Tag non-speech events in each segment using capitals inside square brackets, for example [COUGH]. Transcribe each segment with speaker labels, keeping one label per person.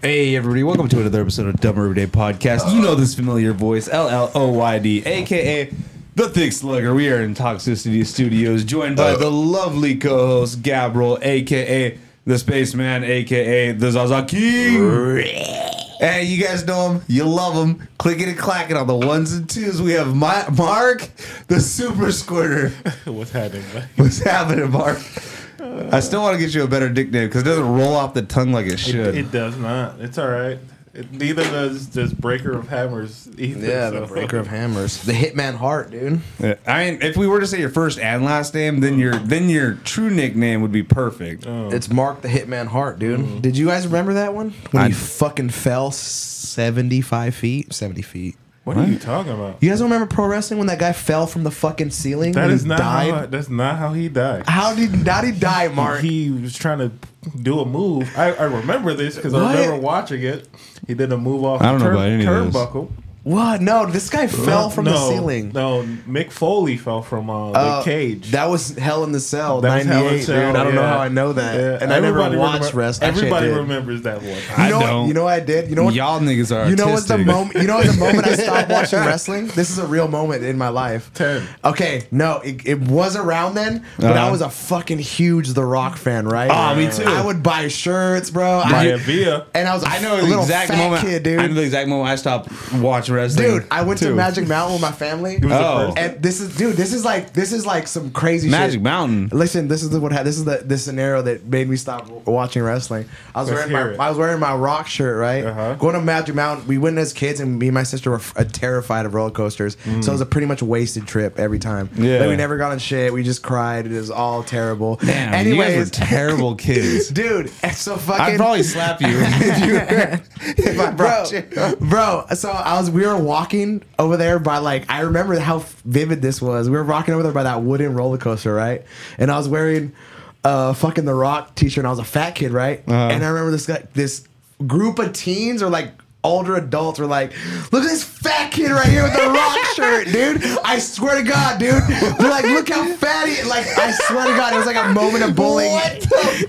Speaker 1: Hey everybody, welcome to another episode of Dumber Everyday Podcast. You know this familiar voice, L L O Y D, aka the Thick Slugger. We are in Toxicity Studios, joined by the lovely co-host Gabriel, aka the Spaceman, aka the Zaza King. Hey, you guys know him, you love him. Clicking and clacking on the ones and twos. We have my, Mark, the Super Squirter.
Speaker 2: [LAUGHS] What's happening?
Speaker 1: What's happening, Mark? I still want to get you a better nickname because it doesn't roll off the tongue like it
Speaker 2: It,
Speaker 1: should.
Speaker 2: it does not. It's all right. It, neither does does breaker of hammers either.
Speaker 3: Yeah,
Speaker 2: so.
Speaker 3: the breaker of hammers, the hitman heart, dude.
Speaker 1: Yeah, I mean, if we were to say your first and last name, then your then your true nickname would be perfect.
Speaker 2: Oh.
Speaker 3: It's Mark the hitman heart, dude.
Speaker 2: Mm-hmm.
Speaker 3: Did you guys remember that one when you fucking fell seventy five feet, seventy feet?
Speaker 2: What are you talking about?
Speaker 3: You guys don't remember pro wrestling when that guy fell from the fucking ceiling?
Speaker 2: That
Speaker 3: and
Speaker 2: is not
Speaker 3: died?
Speaker 2: how. That's not how he died.
Speaker 3: How did how did
Speaker 2: [LAUGHS]
Speaker 3: he die, Mark?
Speaker 2: He was trying to do a move. I, I remember this because I
Speaker 3: What?
Speaker 2: remember watching it. He did a move off
Speaker 1: I don't
Speaker 2: the
Speaker 1: know about any of this.
Speaker 2: turnbuckle.
Speaker 3: what? No, this guy fell from the
Speaker 2: No,
Speaker 3: ceiling.
Speaker 2: No, Mick Foley fell from uh,
Speaker 3: Uh,
Speaker 2: the cage.
Speaker 3: That was Hell in the Cell,
Speaker 2: That was
Speaker 3: ninety
Speaker 2: Hell in
Speaker 3: eight, dude.
Speaker 2: Cell,
Speaker 3: I don't know
Speaker 2: yeah.
Speaker 3: how I know that,
Speaker 2: Yeah,
Speaker 3: and I never
Speaker 2: everybody
Speaker 3: watched
Speaker 2: remember-
Speaker 3: wrestling.
Speaker 2: Everybody
Speaker 3: remembers.
Speaker 2: remembers that one.
Speaker 3: You [LAUGHS]
Speaker 1: I
Speaker 3: know, what-
Speaker 1: don't.
Speaker 3: you know what I did. You know what?
Speaker 1: Y'all niggas are.
Speaker 3: You know what's the
Speaker 1: autistic.
Speaker 3: moment? You know what's the
Speaker 1: [LAUGHS]
Speaker 3: moment I stopped watching wrestling? This is a real moment in my life.
Speaker 2: 10.
Speaker 3: Okay, no, it, it was around then, but I
Speaker 1: Uh-huh.
Speaker 3: was a fucking huge The Rock fan, right?
Speaker 1: Aw, me too.
Speaker 3: I would buy shirts, bro. I,
Speaker 2: Maya Villa.
Speaker 3: and I was
Speaker 1: I know
Speaker 3: a
Speaker 1: the
Speaker 3: little
Speaker 1: exact
Speaker 3: fat
Speaker 1: moment.
Speaker 3: kid,
Speaker 1: I know
Speaker 3: dude.
Speaker 1: the exact moment I stopped watching wrestling.
Speaker 3: Dude, I went to
Speaker 1: too.
Speaker 3: Magic Mountain with my family.
Speaker 2: was the
Speaker 1: Oh.
Speaker 2: first
Speaker 3: And this is, dude, this is like, this is like some crazy
Speaker 1: Magic
Speaker 3: shit.
Speaker 1: Mountain.
Speaker 3: Listen, this is the, what ha- this is the this scenario that made me stop w- watching wrestling. I was
Speaker 2: Let's hear
Speaker 3: wearing
Speaker 2: it.
Speaker 3: my I was wearing my rock shirt, right?
Speaker 2: Uh-huh.
Speaker 3: Going to Magic Mountain, we went as kids, and me and my sister were f- uh, terrified of roller coasters, so it was a pretty much wasted trip every time.
Speaker 1: Yeah.
Speaker 3: like, we never got on shit. We just cried. It was all terrible.
Speaker 1: Damn, you guys
Speaker 3: Anyways,
Speaker 1: were terrible kids.
Speaker 3: dude, [LAUGHS] it's so fucking.
Speaker 1: I'd probably slap you if
Speaker 3: [LAUGHS]
Speaker 1: you if I
Speaker 3: bro,
Speaker 1: brought
Speaker 2: [LAUGHS]
Speaker 1: you.
Speaker 3: bro. So I was, we were walking over there by like, I remember how vivid this was. We were walking over there by that wooden roller coaster, right? And I was wearing uh, fucking the Rock t-shirt, and I was a fat kid, right? And I remember this guy, this group of teens or like. Older adults were like, look at this fat kid right here with the rock shirt, dude. I swear to God, dude. They're like, look how fat he Like, I swear to God, it was like a moment of bullying.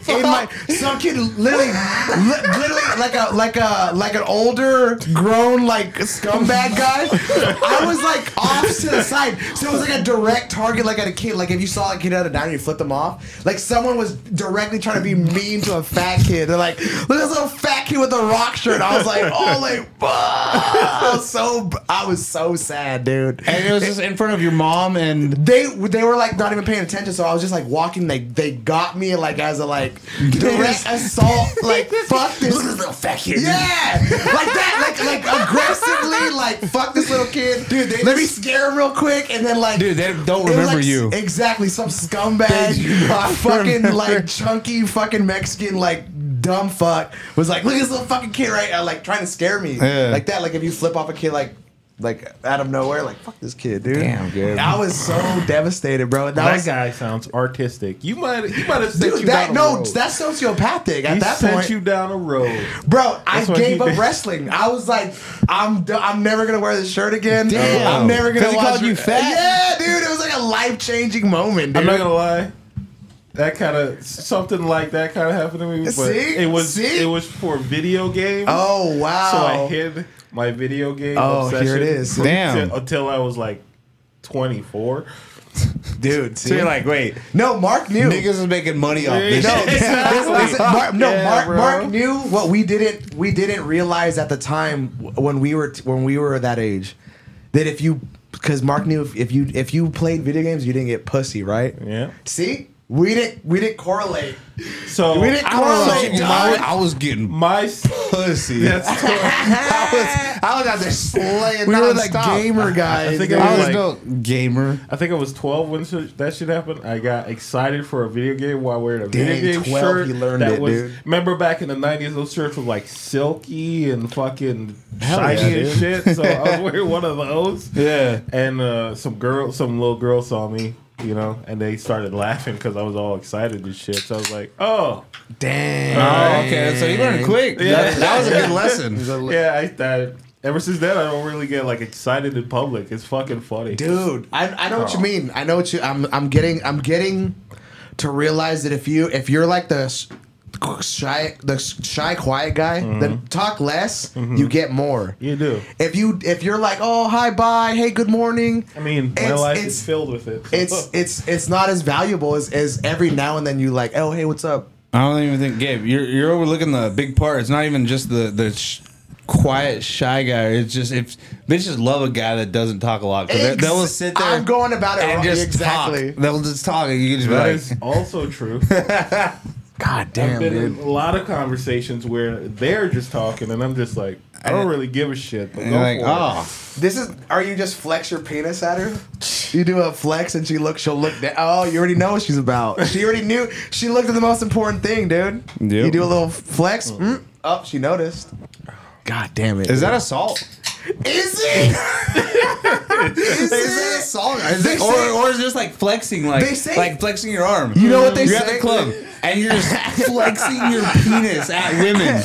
Speaker 3: In my, some kid literally, li- literally like a like a like an older grown like scumbag guy. I was like off to the side, so it was like a direct target, like at a kid. Like if you saw a kid out of down, you flip them off. Like someone was directly trying to be mean to a fat kid. They're like, look at this little fat kid with a rock shirt. I was like, oh like, fuck. I was so I was so sad, dude.
Speaker 1: And it was just in front of your mom and
Speaker 3: They they were like not even paying attention, so I was just like walking. They they got me like as a like direct assault.
Speaker 1: [LAUGHS]
Speaker 3: Like fuck this little fat kid. Yeah, like that, like like aggressively, like fuck this little kid, dude. They let me scare him real quick, and then like
Speaker 1: dude, they don't
Speaker 3: it was,
Speaker 1: remember
Speaker 3: like,
Speaker 1: you.
Speaker 3: exactly some scumbag, fucking like chunky fucking Mexican like dumb fuck was like look at this little fucking kid right now, like trying to scare me
Speaker 1: Yeah.
Speaker 3: like that. Like if you flip off a kid like. Like out of nowhere, like fuck this kid, dude.
Speaker 1: Damn, dude.
Speaker 3: I was so devastated, bro. That,
Speaker 2: That
Speaker 3: was
Speaker 2: guy sounds artistic. You might, you might have sent
Speaker 3: dude.
Speaker 2: you
Speaker 3: That
Speaker 2: down a
Speaker 3: no,
Speaker 2: road.
Speaker 3: that's sociopathic. At
Speaker 2: he
Speaker 3: that
Speaker 2: sent
Speaker 3: point,
Speaker 2: you down a road.
Speaker 3: bro, I
Speaker 2: That's what
Speaker 3: gave
Speaker 2: he
Speaker 3: up
Speaker 2: did.
Speaker 3: wrestling. I was like, I'm, do- I'm never gonna wear this shirt again.
Speaker 1: Damn.
Speaker 3: I'm never gonna.
Speaker 1: 'Cause he
Speaker 3: watch
Speaker 1: called you fat?
Speaker 3: Yeah, dude. It was like a life changing moment, dude.
Speaker 2: I'm not gonna lie. That kind of something like that kind of happened to me, but
Speaker 3: See?
Speaker 2: it was
Speaker 3: See?
Speaker 2: it was for video games.
Speaker 3: Oh wow!
Speaker 2: so I hid my video game.
Speaker 3: Oh, here
Speaker 2: obsession
Speaker 3: it is.
Speaker 2: from-
Speaker 1: Damn.
Speaker 2: till- until I was like 24.
Speaker 3: dude.
Speaker 1: So you're like, wait,
Speaker 3: no, Mark knew.
Speaker 1: niggas is making money off this.
Speaker 3: no,
Speaker 1: shit.
Speaker 3: this, this, this, Mark, no,
Speaker 2: Yeah,
Speaker 3: Mark,
Speaker 2: bro.
Speaker 3: Mark knew what we didn't we didn't realize at the time w- when we were t- when we were that age that if you because Mark knew if, if you if you played video games you didn't get pussy right
Speaker 2: Yeah.
Speaker 3: see we didn't we didn't correlate
Speaker 2: So
Speaker 3: We didn't
Speaker 2: I
Speaker 3: correlate,
Speaker 2: was-
Speaker 3: dude.
Speaker 1: I, I was getting
Speaker 2: my my
Speaker 3: [LAUGHS]
Speaker 1: pussy. [LAUGHS]
Speaker 2: that's
Speaker 1: I was I was out there slaying.
Speaker 3: we were like
Speaker 1: nonstop.
Speaker 3: gamer guys
Speaker 2: I think
Speaker 3: dude.
Speaker 2: I
Speaker 1: I was
Speaker 2: Like-
Speaker 1: no gamer.
Speaker 2: I think I was 12 when sh- that shit happened. I got excited for a video game while wearing a
Speaker 3: Dang,
Speaker 2: video game
Speaker 3: 12,
Speaker 2: shirt.
Speaker 3: you learned
Speaker 2: that
Speaker 3: it,
Speaker 2: was,
Speaker 3: dude.
Speaker 2: Remember back in the 90s, those shirts were like silky and fucking shiny
Speaker 1: yeah,
Speaker 2: and shit. So I
Speaker 3: [LAUGHS]
Speaker 2: was wearing one of those.
Speaker 1: Yeah.
Speaker 2: And uh, some girl, some little girl saw me, you know, and they started laughing because I was all excited and shit. So I was like, oh.
Speaker 3: damn
Speaker 1: Oh, okay. So you learned quick.
Speaker 2: Yeah.
Speaker 1: That, that was a good lesson.
Speaker 2: Yeah, I that. Ever since then, I don't really get like excited in public. It's fucking funny.
Speaker 3: dude I, I know what you
Speaker 2: Oh.
Speaker 3: mean i know what you i'm i'm getting i'm getting to realize that if you if you're like the s- shy the shy quiet guy that talk less, you get more.
Speaker 2: You do.
Speaker 3: If you if you're like, "Oh, hi, bye. Hey, good morning."
Speaker 2: I mean, [LAUGHS] my
Speaker 3: It's-
Speaker 2: life
Speaker 3: it's-
Speaker 2: is filled with it. so-
Speaker 3: it's it's it's not as valuable as, as every now and then you like, "Oh, hey, what's up?"
Speaker 1: I don't even think Gabe, you're you're overlooking the big part. It's not even just the the sh- quiet shy guy. It's just if bitches love a guy that doesn't talk a lot, 'cause they- they will
Speaker 3: Ex-
Speaker 1: sit there.
Speaker 3: I'm going about it wrong. Exactly.
Speaker 1: talk. They'll just talk, and you can just be
Speaker 2: that
Speaker 1: like,
Speaker 2: is also
Speaker 3: [LAUGHS]
Speaker 2: true.
Speaker 3: God
Speaker 2: I've
Speaker 3: damn,
Speaker 2: been
Speaker 3: dude.
Speaker 2: in a lot of conversations where they're just talking, and I'm just like, I don't really give a shit. But
Speaker 1: and
Speaker 2: go
Speaker 1: you're like,
Speaker 2: for
Speaker 3: ah.
Speaker 2: [LAUGHS]
Speaker 1: oh,
Speaker 3: This is. Are you just flex your penis at her? You do a flex and she looks. She'll look. Down. Oh, you already know what she's about. She already knew. She looked at the most important thing, dude. You do a little flex. Mm, oh, she noticed. God damn it!
Speaker 1: "Oh, is that assault? [LAUGHS]
Speaker 3: Is it? is
Speaker 1: Is that
Speaker 3: it?
Speaker 1: assault? Is
Speaker 3: They
Speaker 1: it, or
Speaker 3: say-
Speaker 1: or is it just like flexing, like
Speaker 3: They say-
Speaker 1: like flexing your arm?
Speaker 3: You know what they
Speaker 1: you're at
Speaker 3: say?
Speaker 1: the club, and you're
Speaker 3: [LAUGHS]
Speaker 1: just flexing your penis at women.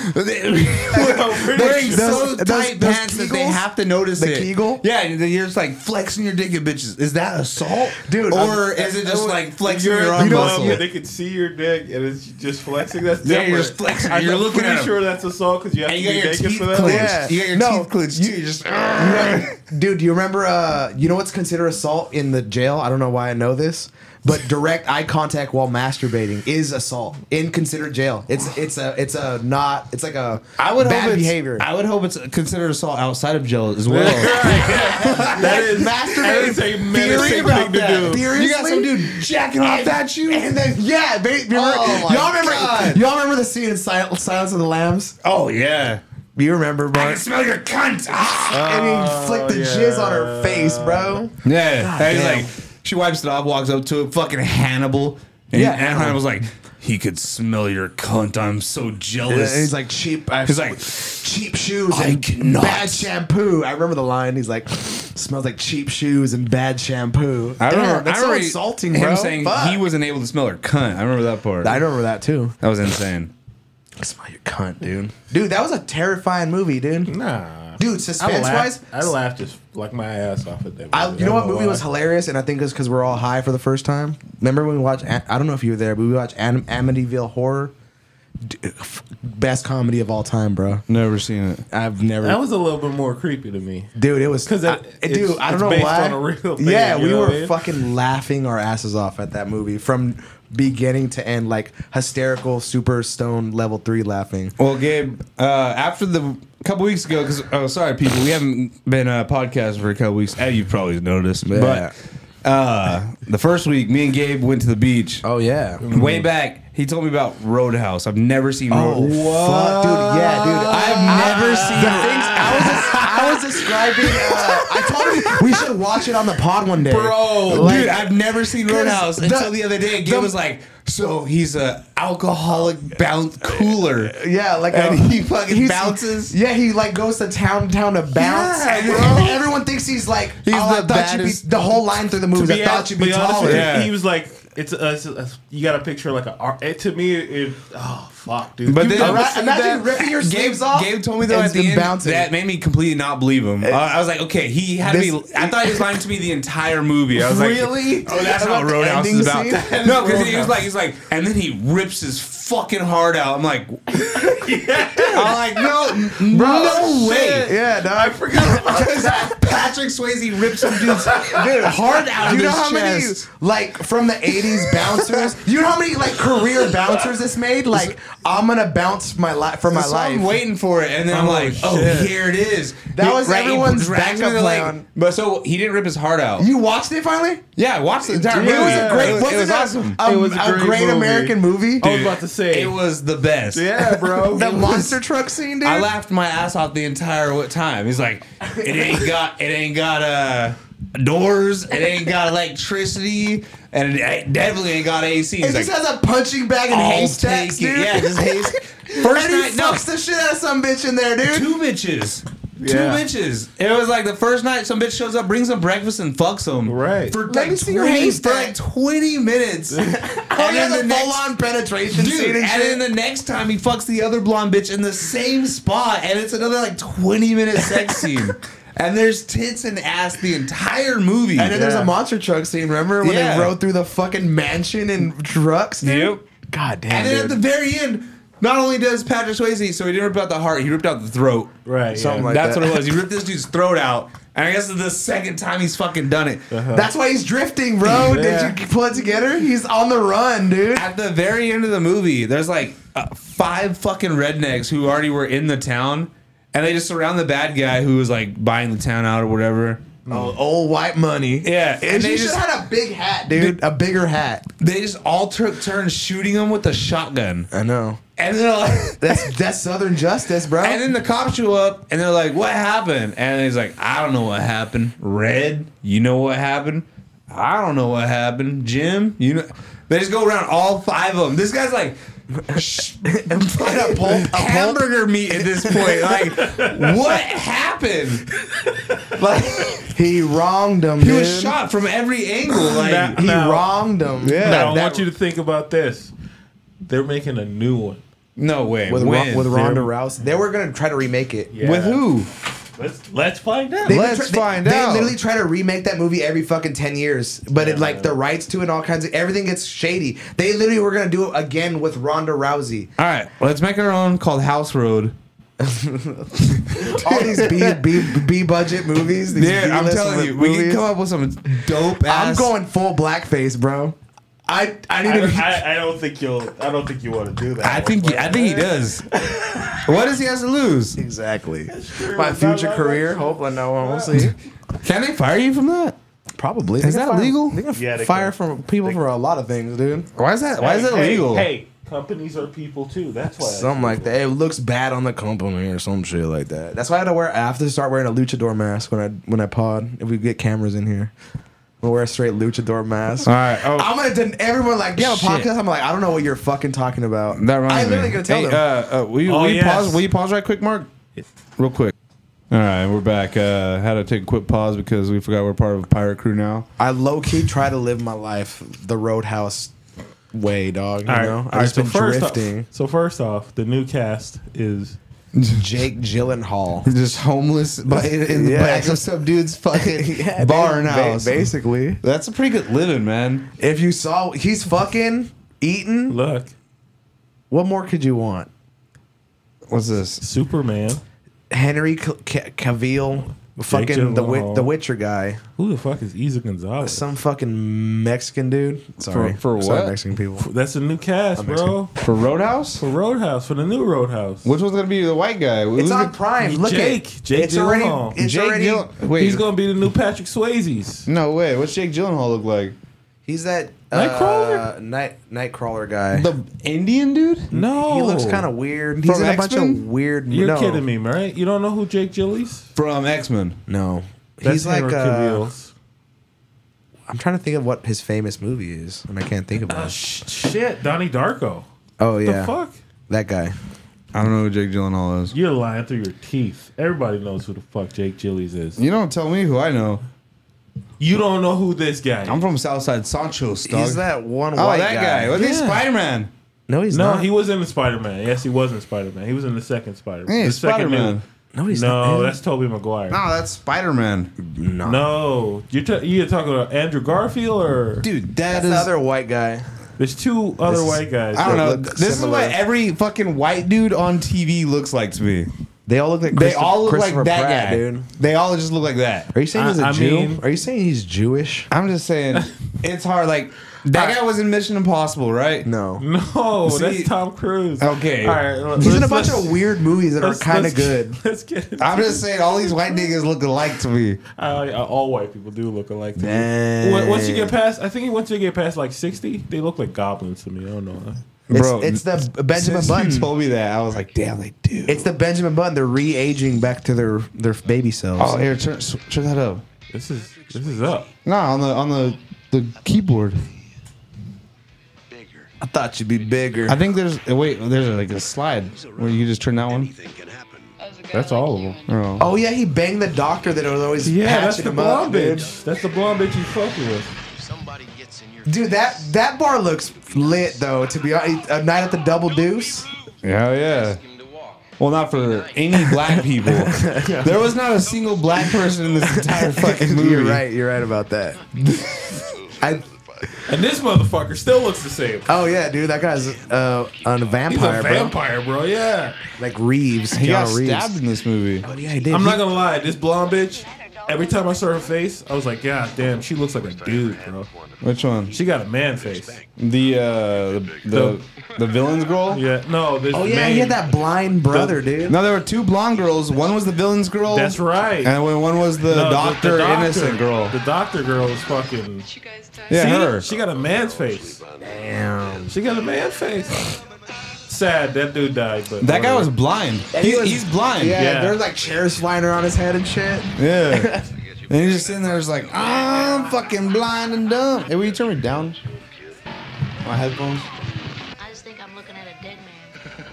Speaker 1: [LAUGHS] This,
Speaker 2: it.
Speaker 3: [LAUGHS]
Speaker 1: Wearing
Speaker 3: Those-
Speaker 1: so
Speaker 3: those-
Speaker 1: tight
Speaker 3: those
Speaker 1: pants that they
Speaker 3: Kegels?
Speaker 1: have to notice
Speaker 3: The
Speaker 1: it.
Speaker 3: Kegel?
Speaker 1: Yeah, and you're just like flexing your dick at bitches. Is that assault,
Speaker 3: Dude,
Speaker 1: Or
Speaker 3: I'm-
Speaker 1: is it just like flexing
Speaker 2: You're
Speaker 1: your
Speaker 2: in
Speaker 1: arm
Speaker 2: the
Speaker 1: muscle?
Speaker 2: club, they can see your dick, and it's just flexing. That's
Speaker 1: Yeah,
Speaker 2: different.
Speaker 1: you're just flexing.
Speaker 2: I'm
Speaker 1: You're looking
Speaker 2: pretty
Speaker 1: at 'em.
Speaker 2: sure that's assault because you have
Speaker 1: and you
Speaker 2: to
Speaker 1: got
Speaker 2: be
Speaker 1: your
Speaker 2: naked
Speaker 1: teeth
Speaker 2: for that.
Speaker 1: clenched.
Speaker 3: Yeah.
Speaker 1: You got your
Speaker 3: No,
Speaker 1: teeth clenched too. You're just
Speaker 3: Dude, you remember? Uh, you know what's considered assault in the jail? I don't know why I know this, but direct eye contact while masturbating is assault in considered jail. It's it's a it's a not. It's like a
Speaker 1: I would
Speaker 3: bad
Speaker 1: hope it's,
Speaker 3: behavior.
Speaker 1: I would hope it's considered assault outside of jail [LAUGHS] as well. [LAUGHS]
Speaker 2: that is
Speaker 3: Masturbating.
Speaker 2: That is a
Speaker 1: Theory
Speaker 2: menacing
Speaker 1: about
Speaker 2: thing
Speaker 1: that.
Speaker 2: to do.
Speaker 3: Seriously?
Speaker 1: You got some dude jacking off at you,
Speaker 3: And then yeah, ba- remember,
Speaker 1: Oh my
Speaker 3: y'all remember
Speaker 1: God.
Speaker 3: y'all remember the scene in Sil- Silence of the Lambs?
Speaker 1: oh yeah.
Speaker 3: You remember,
Speaker 1: I
Speaker 3: Mark?
Speaker 1: can smell your cunt. Ah!
Speaker 3: and he flicked the jizz on her face, bro.
Speaker 1: Yeah. and he's
Speaker 3: damn.
Speaker 1: like, she wipes it off, walks up to it, fucking Hannibal. And
Speaker 3: Yeah.
Speaker 1: yeah. And Hannibal's like, he could smell your cunt. I'm so
Speaker 3: And
Speaker 1: jealous.
Speaker 3: he's like cheap. I,
Speaker 1: He's like,
Speaker 3: cheap shoes
Speaker 1: I
Speaker 3: and
Speaker 1: cannot.
Speaker 3: bad shampoo. I remember the line. He's like, smells like cheap shoes and bad shampoo.
Speaker 1: I remember,
Speaker 3: Damn, that's
Speaker 1: I
Speaker 3: so
Speaker 1: remember
Speaker 3: insulting,
Speaker 1: him
Speaker 3: bro.
Speaker 1: saying
Speaker 3: Fuck.
Speaker 1: he wasn't able to smell her cunt. I remember that part.
Speaker 3: I remember that too.
Speaker 1: that was insane.
Speaker 3: Smell your cunt, dude. Dude, that was a terrifying movie, dude.
Speaker 2: Nah.
Speaker 3: Dude,
Speaker 2: I
Speaker 3: suspense wise,
Speaker 2: laughed, I laughed just like my ass off at that. Movie.
Speaker 3: I, you know
Speaker 2: I'm
Speaker 3: what
Speaker 2: gonna
Speaker 3: movie was
Speaker 2: lie.
Speaker 3: hilarious, and I think it's because we're all high for the first time. Remember when we watched? Am- I don't know if you were there, but we watched Am- Amityville Horror. D- f- Best comedy of all time, bro.
Speaker 1: Never seen it.
Speaker 3: I've never,
Speaker 2: That was a little bit more creepy to me.
Speaker 3: dude. It was
Speaker 2: 'Cause
Speaker 3: I-
Speaker 2: it-
Speaker 3: dude.
Speaker 2: it's-
Speaker 3: I don't
Speaker 2: it's
Speaker 3: know
Speaker 2: based
Speaker 3: why.
Speaker 2: on a real thing,
Speaker 3: yeah,
Speaker 2: you
Speaker 3: we
Speaker 2: know
Speaker 3: were
Speaker 2: what I mean?
Speaker 3: fucking laughing our asses off at that movie from beginning to end, like hysterical, super stone level three laughing.
Speaker 1: Well, Gabe, uh, after the a couple weeks ago, because oh, sorry, people, we haven't been uh, podcasting for a couple weeks. As you probably noticed,
Speaker 3: Yeah.
Speaker 1: but uh, the first week, me and Gabe went to the beach.
Speaker 3: Oh yeah.
Speaker 2: Mm-hmm.
Speaker 1: Way back, he told me about Roadhouse. I've never seen
Speaker 3: Oh,
Speaker 1: Roadhouse.
Speaker 3: fuck, dude. Yeah, dude.
Speaker 1: I've never seen
Speaker 3: the
Speaker 1: it.
Speaker 3: things I was I was describing. Uh, I told him we should watch it on the pod one day,
Speaker 1: Bro,
Speaker 3: Oh. Like,
Speaker 1: dude, I've never seen
Speaker 3: 'cause
Speaker 1: Roadhouse
Speaker 3: the-
Speaker 1: until the other day. Gabe
Speaker 3: the-
Speaker 1: was like, "So he's a alcoholic bounce cooler."
Speaker 3: yeah, like
Speaker 1: And
Speaker 3: uh,
Speaker 1: he fucking
Speaker 3: he's-
Speaker 1: bounces?
Speaker 3: Yeah, he like goes to town town to bounce.
Speaker 1: Yeah,
Speaker 3: and
Speaker 1: bro.
Speaker 3: everyone thinks he's like.
Speaker 1: He's
Speaker 3: oh, I
Speaker 1: the
Speaker 3: thought you'd be,
Speaker 1: baddest-
Speaker 3: the whole line through the
Speaker 2: To
Speaker 3: movies. I
Speaker 2: be
Speaker 3: thought
Speaker 2: hon-
Speaker 3: you'd be
Speaker 2: be honest
Speaker 3: taller.
Speaker 2: with you,
Speaker 1: Yeah.
Speaker 2: He was like, it's, a, it's a- you got to picture like a. ar- It, to me, it, oh fuck, dude.
Speaker 1: But
Speaker 2: You
Speaker 1: then-
Speaker 2: never
Speaker 1: Right,
Speaker 2: seen
Speaker 3: imagine
Speaker 2: that?
Speaker 3: ripping your sleeves
Speaker 1: Gabe,
Speaker 3: off.
Speaker 1: Gabe told me though
Speaker 3: and
Speaker 1: at the
Speaker 3: been
Speaker 1: end
Speaker 3: bouncing.
Speaker 1: that made me completely not believe him. I- I was like, okay, he had
Speaker 3: This-
Speaker 1: me. I thought he was lying to me the entire movie. I was
Speaker 3: Really?
Speaker 1: like, oh, that's
Speaker 3: About
Speaker 1: how
Speaker 3: the
Speaker 1: Roadhouse
Speaker 3: ending
Speaker 1: is about.
Speaker 3: scene?
Speaker 1: No, because he was like, he's like, and then he rips his fucking heart out. I'm like, [LAUGHS] I'm like, no, no way.
Speaker 3: Yeah, no, I forgot. [LAUGHS]
Speaker 1: Because Patrick Swayze rips some dude's [LAUGHS] heart out of
Speaker 3: Do you know
Speaker 1: his
Speaker 3: how
Speaker 1: chest.
Speaker 3: many like from the '80s bouncers? you know how many like career bouncers this made? Like I'm gonna bounce my life for my
Speaker 1: So
Speaker 3: life.
Speaker 1: I'm waiting for it, and then I'm
Speaker 2: Oh,
Speaker 1: like, oh,
Speaker 2: shit.
Speaker 1: here it is.
Speaker 3: That
Speaker 1: He-
Speaker 3: was
Speaker 1: he
Speaker 3: everyone's
Speaker 1: drags me
Speaker 3: backup
Speaker 1: to, like-
Speaker 3: plan.
Speaker 1: But so he didn't rip his heart out.
Speaker 3: You watched it finally?
Speaker 1: Yeah, I watched the entire
Speaker 2: Dude,
Speaker 1: movie.
Speaker 3: It was a
Speaker 2: Yeah,
Speaker 3: great.
Speaker 1: It was,
Speaker 3: wasn't
Speaker 1: it was
Speaker 3: a-
Speaker 1: awesome.
Speaker 3: A,
Speaker 2: It was
Speaker 3: a great,
Speaker 2: movie.
Speaker 3: American movie.
Speaker 2: I was about to say,
Speaker 1: It was the best.
Speaker 2: yeah, bro.
Speaker 3: [LAUGHS] the monster truck scene, dude.
Speaker 1: I laughed my ass off the entire wa- time. He's like, it ain't got, it ain't got uh, doors, it ain't got electricity, and it ain't- definitely ain't got AC.
Speaker 3: It
Speaker 1: He's
Speaker 3: just
Speaker 1: like,
Speaker 3: has a punching bag and
Speaker 1: I'll
Speaker 3: haystacks,
Speaker 1: take it.
Speaker 3: dude.
Speaker 1: Yeah, just
Speaker 3: [LAUGHS]
Speaker 1: hayst-
Speaker 3: First
Speaker 1: First
Speaker 3: and he
Speaker 1: night, no.
Speaker 3: fucks the shit out of some bitch in there, dude.
Speaker 1: two bitches.
Speaker 2: Yeah.
Speaker 1: Two bitches. It was like the first night some bitch shows up, brings them breakfast and fucks them.
Speaker 2: Right.
Speaker 1: For
Speaker 3: Let
Speaker 1: like
Speaker 3: me see your
Speaker 1: 20 for like
Speaker 3: haystack.
Speaker 1: 20 minutes. and
Speaker 3: [LAUGHS] Oh, yeah,
Speaker 1: then
Speaker 3: the,
Speaker 1: the next
Speaker 3: full-on penetration
Speaker 1: Dude,
Speaker 3: scene and
Speaker 1: and
Speaker 3: shit.
Speaker 1: then the next time he fucks the other blonde bitch in the same spot, and it's another like 20 minute
Speaker 3: [LAUGHS]
Speaker 1: sex scene. And there's tits and ass the entire movie.
Speaker 3: And then there's
Speaker 2: Yeah.
Speaker 3: a monster truck scene. Remember when
Speaker 1: Yeah.
Speaker 3: they rode through the fucking mansion in trucks? Dude?
Speaker 1: Yep.
Speaker 3: God damn.
Speaker 1: And then at
Speaker 3: dude.
Speaker 1: the very end, not only does Patrick Swayze, so he didn't rip out the heart, he ripped out the throat.
Speaker 2: Right,
Speaker 1: Something
Speaker 2: yeah.
Speaker 1: like That's
Speaker 3: that.
Speaker 1: what it was. [LAUGHS] He ripped this dude's throat out. And I guess it's the second time he's fucking done it.
Speaker 3: That's why he's drifting, bro.
Speaker 2: Yeah.
Speaker 3: Did you pull it together? He's on the run, dude.
Speaker 1: At the very end of the movie, there's like uh, five fucking rednecks who already were in the town. And they just surround the bad guy who was like buying the town out or whatever.
Speaker 3: Oh, old white money.
Speaker 1: Hmm. Yeah,
Speaker 3: and,
Speaker 1: and they
Speaker 3: she
Speaker 1: just-
Speaker 3: should have had a big hat, dude. A bigger hat.
Speaker 1: They just all took turns shooting him with a shotgun.
Speaker 3: I know.
Speaker 1: And they're like,
Speaker 3: That's that's Southern justice, bro.
Speaker 1: And
Speaker 3: [LAUGHS]
Speaker 1: then the cops show up and they're like, What happened? And he's like, I don't know what happened. Red, you know what happened? I don't know what happened. Jim, you know. They just go around all five of them. This guy's like,
Speaker 3: [LAUGHS]
Speaker 1: sh- a pulp, a hamburger meat at this point. Like, what happened? [LAUGHS] Like,
Speaker 3: he wronged him,
Speaker 1: he
Speaker 3: dude.
Speaker 1: was shot from every angle. Like,
Speaker 2: Nah.
Speaker 3: He
Speaker 2: No.
Speaker 3: wronged him.
Speaker 1: Yeah.
Speaker 2: now, I
Speaker 1: that-
Speaker 2: want you to think about this. They're making a new one.
Speaker 1: no way.
Speaker 3: With,
Speaker 1: when?
Speaker 3: Ron, with Ronda
Speaker 2: There-
Speaker 3: Rousey, they were gonna try to remake it.
Speaker 2: Yeah.
Speaker 1: With who?
Speaker 2: Let's let's find out.
Speaker 3: They
Speaker 1: Let's
Speaker 3: they-
Speaker 1: find
Speaker 3: they,
Speaker 1: out.
Speaker 3: literally try to remake that movie every fucking ten years, but it like
Speaker 2: Yeah.
Speaker 3: the rights to it and all kinds of everything gets shady. They literally were gonna do it again with Ronda Rousey.
Speaker 1: All right, let's make our own called House Road.
Speaker 3: All these
Speaker 1: [LAUGHS]
Speaker 3: B B B budget movies. These
Speaker 1: Dude, I'm
Speaker 3: B-list
Speaker 1: telling you, we can
Speaker 3: movies.
Speaker 1: come up with some dope
Speaker 3: I'm
Speaker 1: ass.
Speaker 3: going full blackface, bro. I I need
Speaker 2: I,
Speaker 3: to. be-
Speaker 2: I, I don't think you'll. I don't think you want to do that.
Speaker 1: I think he, I think he does. what does he has to lose?
Speaker 3: Exactly.
Speaker 2: true.
Speaker 3: My future
Speaker 2: Not like-
Speaker 3: career. Hopefully, no one will see.
Speaker 1: Can they fire you from that?
Speaker 3: Probably.
Speaker 1: Is that legal?
Speaker 3: They can
Speaker 2: Yeah, they
Speaker 3: fire
Speaker 2: can.
Speaker 3: from people for a lot of things, dude.
Speaker 1: Why is that? Why is that
Speaker 2: hey,
Speaker 1: illegal?
Speaker 2: Hey, companies are people too. That's why.
Speaker 3: Something like that. It looks bad on the company or some shit like that. That's why I had to wear. I have to start wearing a luchador mask when I when I pod. If we get cameras in here, we'll wear a straight luchador mask.
Speaker 1: All right. Oh,
Speaker 3: I'm gonna den- everyone like yeah
Speaker 1: Shit.
Speaker 3: podcast. I'm like I don't know what you're fucking talking about.
Speaker 1: that reminds
Speaker 3: I'm literally
Speaker 1: me.
Speaker 3: gonna tell
Speaker 1: hey,
Speaker 3: them.
Speaker 1: Uh, uh, will you,
Speaker 2: Oh,
Speaker 1: will you
Speaker 2: yes.
Speaker 1: pause? Will you pause right quick, Mark? Real quick. All right, we're back. Uh, had to take a quick pause because we forgot we're part of a pirate crew now.
Speaker 3: I low key try to live my life the roadhouse way, dog. You
Speaker 2: All right.
Speaker 3: know,
Speaker 2: All right,
Speaker 3: I've just
Speaker 2: so
Speaker 3: been
Speaker 2: first
Speaker 3: drifting.
Speaker 2: Off, so first off, the new cast is
Speaker 3: Jake Gyllenhaal.
Speaker 1: [LAUGHS] [LAUGHS] Just homeless by, in the
Speaker 3: [LAUGHS] Yeah.
Speaker 1: back of some dude's
Speaker 3: [LAUGHS]
Speaker 1: fucking bar and
Speaker 3: Ba-
Speaker 1: house.
Speaker 3: basically.
Speaker 1: That's a pretty good living, man.
Speaker 3: If you saw, he's fucking eating.
Speaker 2: look
Speaker 3: What more could you want?
Speaker 1: What's this?
Speaker 2: Superman.
Speaker 3: Henry C- C- Cavill, fucking the wi-
Speaker 2: Gyllenhaal.
Speaker 3: the Witcher guy,
Speaker 2: Who the fuck is Isa Gonzalez?
Speaker 3: some fucking Mexican dude. Sorry
Speaker 1: for
Speaker 3: Sorry,
Speaker 1: what?
Speaker 3: Mexican people.
Speaker 2: That's a new cast, bro.
Speaker 1: For Roadhouse?
Speaker 2: For Roadhouse, for the new Roadhouse.
Speaker 1: Which one's gonna be the white guy?
Speaker 3: It's on Prime. Look
Speaker 2: Jake.
Speaker 3: at
Speaker 2: Jake
Speaker 3: It's already.
Speaker 2: Gyllenhaal.
Speaker 3: It's
Speaker 1: Jake
Speaker 3: already.
Speaker 1: Gyllen- Wait,
Speaker 2: He's gonna be the new Patrick Swayze's.
Speaker 1: No way. What's Jake Gyllenhaal look like?
Speaker 3: He's that
Speaker 2: Nightcrawler?
Speaker 3: uh, night nightcrawler guy.
Speaker 1: The Indian dude?
Speaker 2: No,
Speaker 3: He looks kind of weird. He's
Speaker 1: From
Speaker 3: in a bunch of
Speaker 1: X-Men?
Speaker 3: weird.
Speaker 2: You're
Speaker 3: no.
Speaker 2: kidding me, right? You don't know who Jake Gillies?
Speaker 1: From X Men.
Speaker 3: No, he's like. Uh, I'm trying to think of what his famous movie is, and I can't think of it.
Speaker 2: Ah, shit, Donnie Darko.
Speaker 3: Oh yeah,
Speaker 2: The fuck?
Speaker 3: that guy.
Speaker 1: I don't know who Jake Gyllenhaal is.
Speaker 2: You're lying through your teeth. Everybody knows who the fuck Jake Gillies is.
Speaker 1: You don't tell me who I know.
Speaker 2: You don't know who this guy.
Speaker 1: I'm from Southside Sancho's. Dog.
Speaker 3: He's that one
Speaker 1: Oh,
Speaker 3: white
Speaker 1: that guy. Wasn't he
Speaker 2: Yeah.
Speaker 1: Spider Man?
Speaker 3: No, he's
Speaker 2: no,
Speaker 3: not.
Speaker 2: he was in the Spider Man. Yes, he was in Spider Man. He was in the second Spider Man.
Speaker 1: Yeah,
Speaker 2: the second
Speaker 1: Spider-Man.
Speaker 2: new-
Speaker 3: no, he's not.
Speaker 2: No, that's Tobey Maguire.
Speaker 1: No, that's Spider Man.
Speaker 3: no.
Speaker 2: No, you're ta- you're talking about Andrew Garfield or
Speaker 1: Dude, that
Speaker 3: That's
Speaker 1: is.
Speaker 3: the other white guy.
Speaker 2: there's two other
Speaker 3: This is-
Speaker 2: white guys.
Speaker 1: I don't
Speaker 3: that
Speaker 1: know.
Speaker 3: look
Speaker 1: This
Speaker 3: similar.
Speaker 1: is what every fucking white dude on TV looks like to me.
Speaker 3: They all look like
Speaker 1: They
Speaker 3: Christo-
Speaker 1: all look like
Speaker 3: Christopher
Speaker 1: that
Speaker 3: Pratt,
Speaker 1: guy,
Speaker 3: dude.
Speaker 1: They all just look like that.
Speaker 3: Are you saying
Speaker 2: I-
Speaker 3: he's a
Speaker 2: I
Speaker 3: Jew?
Speaker 2: mean-
Speaker 3: Are you saying he's Jewish?
Speaker 1: I'm just
Speaker 3: [LAUGHS]
Speaker 1: saying, it's hard. Like that guy was in Mission Impossible, right?
Speaker 3: No.
Speaker 2: [LAUGHS] No,
Speaker 1: See-
Speaker 2: that's Tom Cruise.
Speaker 1: Okay.
Speaker 2: right,
Speaker 3: He's in a
Speaker 2: let's-
Speaker 3: bunch
Speaker 2: let's-
Speaker 3: of weird movies that are
Speaker 2: let's-
Speaker 3: kind of
Speaker 2: let's-
Speaker 3: good.
Speaker 2: [LAUGHS] Let's get it.
Speaker 1: I'm just saying, all these white niggas look alike to me.
Speaker 2: I- I- all white people do look alike. to me.
Speaker 3: Dang.
Speaker 2: Wa- Once you get past, I think once you get past like sixty, they look like goblins to me. I don't know.
Speaker 3: It's,
Speaker 1: Bro,
Speaker 3: it's the Benjamin
Speaker 1: Since
Speaker 3: Button.
Speaker 1: you told me that, I was like, damn, they do.
Speaker 3: It's the Benjamin Button. They're re-aging back to their their baby cells.
Speaker 1: oh, here, turn, s- turn that up.
Speaker 2: This is this is up.
Speaker 1: No, on the on the the keyboard.
Speaker 4: bigger.
Speaker 3: I thought you'd be bigger.
Speaker 1: I think there's uh, wait, there's like a slide where you just turn that one.
Speaker 4: Anything can happen.
Speaker 2: That's all of them.
Speaker 1: Oh.
Speaker 3: oh yeah, he banged the doctor that was always
Speaker 2: Yeah, that's
Speaker 3: patching
Speaker 2: the
Speaker 3: him up,
Speaker 2: blonde
Speaker 3: dude.
Speaker 2: bitch. That's the blonde bitch you fucking with.
Speaker 4: If somebody gets in your
Speaker 3: Dude, that that bar looks lit though. To be honest, a night at the Double Deuce.
Speaker 1: Hell yeah. Well, not for any black
Speaker 2: [LAUGHS]
Speaker 1: people. there was not a
Speaker 3: [LAUGHS]
Speaker 1: single black person in this entire fucking movie.
Speaker 3: You're right. You're right about that. I
Speaker 2: And this motherfucker still looks the same.
Speaker 3: Oh yeah, dude, that guy's uh, a vampire,
Speaker 2: He's a
Speaker 3: bro.
Speaker 2: vampire, bro. Yeah.
Speaker 3: Like Reeves,
Speaker 1: He got
Speaker 3: Keanu
Speaker 1: stabbed
Speaker 3: Reeves.
Speaker 1: in this movie.
Speaker 3: But yeah, he did.
Speaker 2: I'm
Speaker 3: He-
Speaker 2: not gonna lie, this blonde bitch. Every time I saw her face, I was like, God damn, she looks like a dude, bro.
Speaker 1: Which one?
Speaker 2: She got a man face.
Speaker 1: The uh, the the, the villain's girl.
Speaker 2: Yeah, no, this.
Speaker 3: Oh yeah, he had that blind brother, dude.
Speaker 1: No, there were two blonde girls. One was the villain's girl.
Speaker 2: That's right.
Speaker 1: And when one was the,
Speaker 2: No, the-
Speaker 1: doctor,
Speaker 2: the doctor-
Speaker 1: innocent girl.
Speaker 2: The doctor girl is fucking.
Speaker 4: You guys die.
Speaker 1: yeah,
Speaker 2: See?
Speaker 1: her.
Speaker 2: She got a man's face.
Speaker 3: Damn.
Speaker 2: She got a man face. Sad that dude died, but
Speaker 1: that guy was blind. He,
Speaker 3: he was-
Speaker 1: he's blind.
Speaker 3: Yeah,
Speaker 2: Yeah.
Speaker 3: there's like chairs flying around his head and shit.
Speaker 1: Yeah. and he's just sitting there, just like, I'm fucking blind and dumb. Hey, will you turn me down? My headphones.
Speaker 5: I just think I'm looking at a dead man.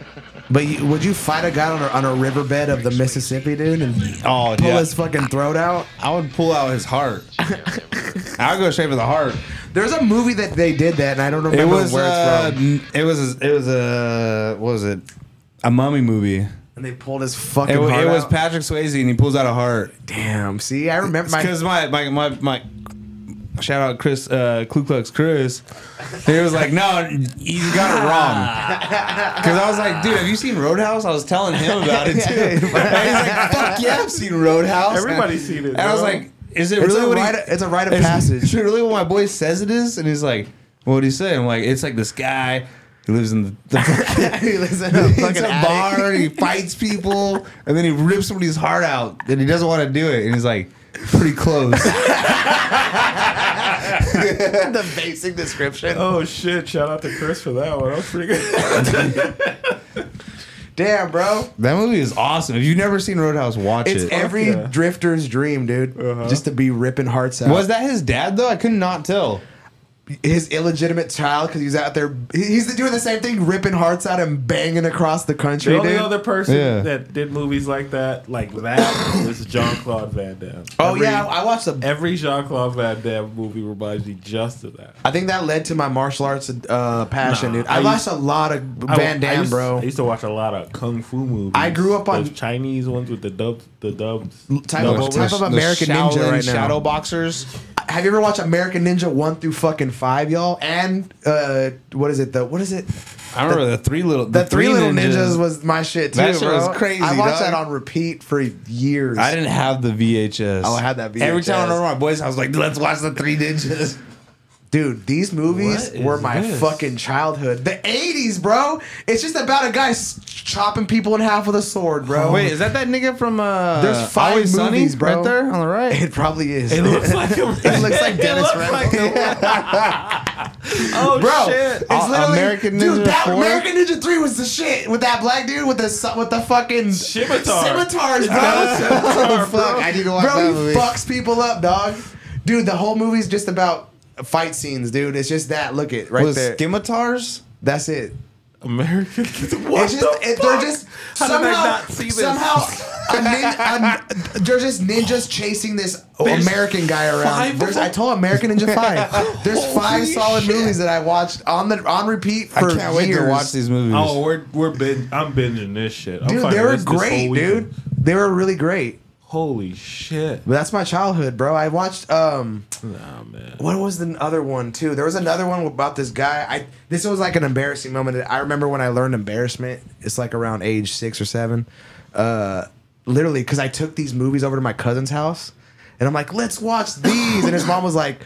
Speaker 3: But you, would you fight a guy on a, on a riverbed of the Mississippi, dude, and pull
Speaker 1: Oh, dude.
Speaker 3: his fucking throat out?
Speaker 1: I would pull out his [LAUGHS] heart. I'd go straight for the heart.
Speaker 3: There's a movie that they did that, and I don't remember
Speaker 1: it was
Speaker 3: where
Speaker 1: uh,
Speaker 3: it's from.
Speaker 1: n- it was it was a what was it? A mummy movie. It,
Speaker 3: And they pulled his fucking.
Speaker 1: wa-
Speaker 3: heart
Speaker 1: it was
Speaker 3: out.
Speaker 1: Patrick Swayze and he pulls out a heart.
Speaker 3: Damn. See, I remember my.
Speaker 1: Because my my, my my shout out Chris uh, Ku Klux Chris. He was like, no, you got it wrong. [LAUGHS] Because I was like, dude, have you seen Roadhouse? I was telling him about [LAUGHS] it too. And he's like, fuck yeah, I've seen Roadhouse.
Speaker 2: Everybody's seen it,
Speaker 1: And I was
Speaker 2: bro.
Speaker 1: like, is it
Speaker 3: It's
Speaker 1: really
Speaker 3: a
Speaker 1: what
Speaker 3: rite-
Speaker 1: he,
Speaker 3: it's a rite
Speaker 1: [LAUGHS]
Speaker 3: of
Speaker 1: is-
Speaker 3: passage. [LAUGHS]
Speaker 1: Is it really what my boy says it is? And he's like, what would he say? I'm like, it's like this guy. He lives in the, the
Speaker 3: he lives in a
Speaker 1: he eats
Speaker 3: fucking
Speaker 1: a
Speaker 3: bar.
Speaker 1: bar and [LAUGHS] he fights people and then he rips somebody's heart out and he doesn't want to do it and he's like pretty [LAUGHS] close
Speaker 3: the basic description.
Speaker 2: Oh shit! Shout out to Chris for that one. That was pretty good.
Speaker 3: Damn, bro.
Speaker 1: [LAUGHS] that movie is awesome if you've never seen roadhouse watch
Speaker 3: It's
Speaker 1: it
Speaker 3: every
Speaker 2: yeah. Uh-huh.
Speaker 3: drifter's dream, dude. Just to be ripping hearts out.
Speaker 1: was that his dad though i could not tell
Speaker 3: his illegitimate child because he's out there. he- He's doing the same thing, ripping hearts out and banging across the country,
Speaker 2: The only
Speaker 3: dude.
Speaker 2: other person
Speaker 1: Yeah.
Speaker 2: that did movies like that, like that, was Jean Claude Van Damme.
Speaker 3: oh
Speaker 2: Every-
Speaker 3: yeah, I watched the.
Speaker 2: Every Jean Claude Van Damme movie reminds me just of that.
Speaker 3: I think that led to my martial arts uh, passion,
Speaker 2: Nah,
Speaker 3: dude. I,
Speaker 2: I
Speaker 3: watched a lot of Van
Speaker 2: I
Speaker 3: Damme,
Speaker 2: used,
Speaker 3: bro.
Speaker 2: I used to watch a lot of kung fu movies.
Speaker 3: I grew up on-
Speaker 2: Those Chinese ones with the dub, the dubs.
Speaker 3: Type
Speaker 2: dub
Speaker 3: of-
Speaker 2: overs.
Speaker 3: type of American Ninja right now.
Speaker 1: shadow boxers
Speaker 3: Have you ever watched American Ninja one through fucking five, y'all? And uh, what is it? The what is it?
Speaker 1: i remember the, three little
Speaker 3: The, three, Little ninjas. was my shit too,
Speaker 1: That shit
Speaker 3: bro.
Speaker 1: was crazy,
Speaker 3: I watched
Speaker 1: dog.
Speaker 3: that on repeat for years.
Speaker 1: i didn't have the vhs
Speaker 3: Oh, I had that
Speaker 1: every
Speaker 3: VHS.
Speaker 1: time i went over my boys i was like let's watch the three ninjas
Speaker 3: Dude, these movies
Speaker 2: What is
Speaker 3: were my
Speaker 2: this?
Speaker 3: fucking childhood. The 80s, bro. It's just about a guy s- chopping people in half with a sword, bro.
Speaker 1: Oh, wait is that that nigga from uh
Speaker 3: There's five
Speaker 1: Always Sunny?
Speaker 3: movies, bro.
Speaker 1: right there on the right
Speaker 3: It probably is.
Speaker 2: It looks like
Speaker 3: [LAUGHS]
Speaker 2: a
Speaker 3: It looks like Dennis Rodman.
Speaker 2: oh
Speaker 3: bro,
Speaker 2: shit!
Speaker 3: it's literally
Speaker 1: American Ninja
Speaker 3: dude. That
Speaker 1: 4?
Speaker 3: American Ninja Three was the shit with that black dude with the su- with the fucking
Speaker 2: Scimitar.
Speaker 3: scimitars, [LAUGHS] bro.
Speaker 1: oh fuck i need to watch
Speaker 3: bro,
Speaker 1: that
Speaker 3: he
Speaker 1: movie
Speaker 3: fucks people up, dog. Dude, the whole movie's just about fight scenes, dude. It's just that. Look it [LAUGHS] right
Speaker 1: was
Speaker 3: there.
Speaker 1: scimitars
Speaker 3: That's it.
Speaker 2: American. What
Speaker 3: it's
Speaker 2: the
Speaker 3: just it,
Speaker 2: fuck?
Speaker 3: they're just
Speaker 2: How did I
Speaker 3: somehow
Speaker 2: not see this?
Speaker 3: somehow a nin- a- they're just ninjas
Speaker 2: [LAUGHS]
Speaker 3: chasing this American guy around.
Speaker 2: five
Speaker 3: There's,
Speaker 2: of
Speaker 3: I told American Ninja
Speaker 2: [LAUGHS]
Speaker 3: Five. There's five
Speaker 2: Holy
Speaker 3: solid
Speaker 2: shit.
Speaker 3: movies that I watched on the on repeat for
Speaker 1: I can't wait
Speaker 3: years.
Speaker 1: to watch these movies.
Speaker 2: Oh, we're we're bin- I'm binging this shit. I'm
Speaker 3: Dude,
Speaker 2: fucking
Speaker 3: they were
Speaker 2: this- this whole
Speaker 3: great,
Speaker 2: weekend.
Speaker 3: dude. They were really great.
Speaker 2: Holy shit!
Speaker 3: But that's my childhood, bro. I watched um
Speaker 2: Nah, man.
Speaker 3: what was the other one too? There was another one about this guy. I this was like an embarrassing moment. I remember when I learned embarrassment. It's like around age six or seven. Uh, literally, because I took these movies over to my cousin's house, and I'm like, "Let's watch these." and his mom was like,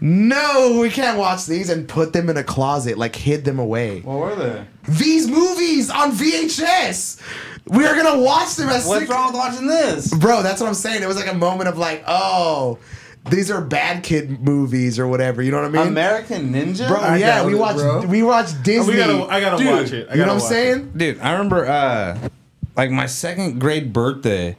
Speaker 3: "No, we can't watch these," and put them in a closet, like hid them away.
Speaker 1: What were they?
Speaker 3: These movies on VHS. We are gonna watch them as
Speaker 1: What's
Speaker 3: six-
Speaker 1: wrong with watching this?
Speaker 3: bro that's what i'm saying it was like a moment of like oh these are bad kid movies or whatever you know what i mean
Speaker 1: American Ninja?
Speaker 3: bro
Speaker 1: I
Speaker 3: yeah
Speaker 1: doubt
Speaker 3: we
Speaker 1: it,
Speaker 3: watched
Speaker 1: bro.
Speaker 3: we watched disney
Speaker 2: Oh, We gotta, I gotta
Speaker 1: Dude,
Speaker 2: watch it. I
Speaker 3: you
Speaker 2: gotta
Speaker 3: know what i'm
Speaker 2: watch
Speaker 3: saying
Speaker 2: It.
Speaker 1: Dude, I remember uh like my second grade birthday.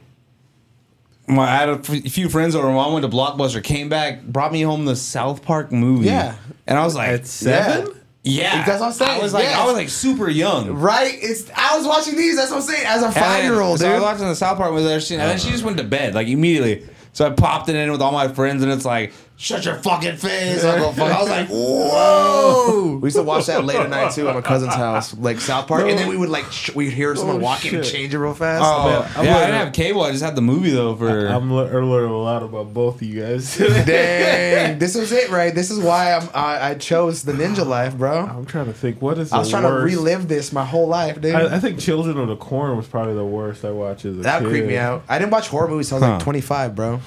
Speaker 1: My, I had a f- few friends over. Mom went to Blockbuster, came back, brought me home the South Park movie.
Speaker 3: Yeah.
Speaker 1: and I was like,
Speaker 2: At seven?
Speaker 1: Yeah,
Speaker 3: That's what I'm saying,
Speaker 1: I was like,
Speaker 3: yes.
Speaker 1: I was like super young.
Speaker 3: right it's i was watching these that's what i'm saying as a
Speaker 1: And then-
Speaker 3: five-year-old
Speaker 1: So I
Speaker 3: dude
Speaker 1: was watching the South Park with her, she- and then she just went to bed like immediately. So I popped it in with all my friends, and it's like
Speaker 4: shut your fucking face.
Speaker 1: [LAUGHS]
Speaker 4: Uncle Fuck. I was like, whoa.
Speaker 3: We used to watch that late at night too at my cousin's house, like South Park, and then we would like sh- we'd hear someone
Speaker 2: Oh,
Speaker 3: walking and
Speaker 2: shit.
Speaker 3: change it real fast.
Speaker 1: Oh,
Speaker 2: I'm
Speaker 1: yeah, I
Speaker 2: learning-
Speaker 1: didn't have cable. I just had the movie though for.
Speaker 2: I'm le- learning a lot about both of you guys. [LAUGHS] today.
Speaker 3: Dang, this was it, right? This is why I'm, I I chose the ninja life, bro.
Speaker 2: I'm trying to think. What is?
Speaker 3: I was
Speaker 2: the
Speaker 3: trying to
Speaker 2: worst?
Speaker 3: relive this my whole life, dude.
Speaker 2: I, I think Children of the Corn was probably the worst I watched as a
Speaker 3: that
Speaker 2: kid.
Speaker 3: creeped me out. I didn't watch horror movies. Till I was
Speaker 1: Huh.
Speaker 3: like 25, bro.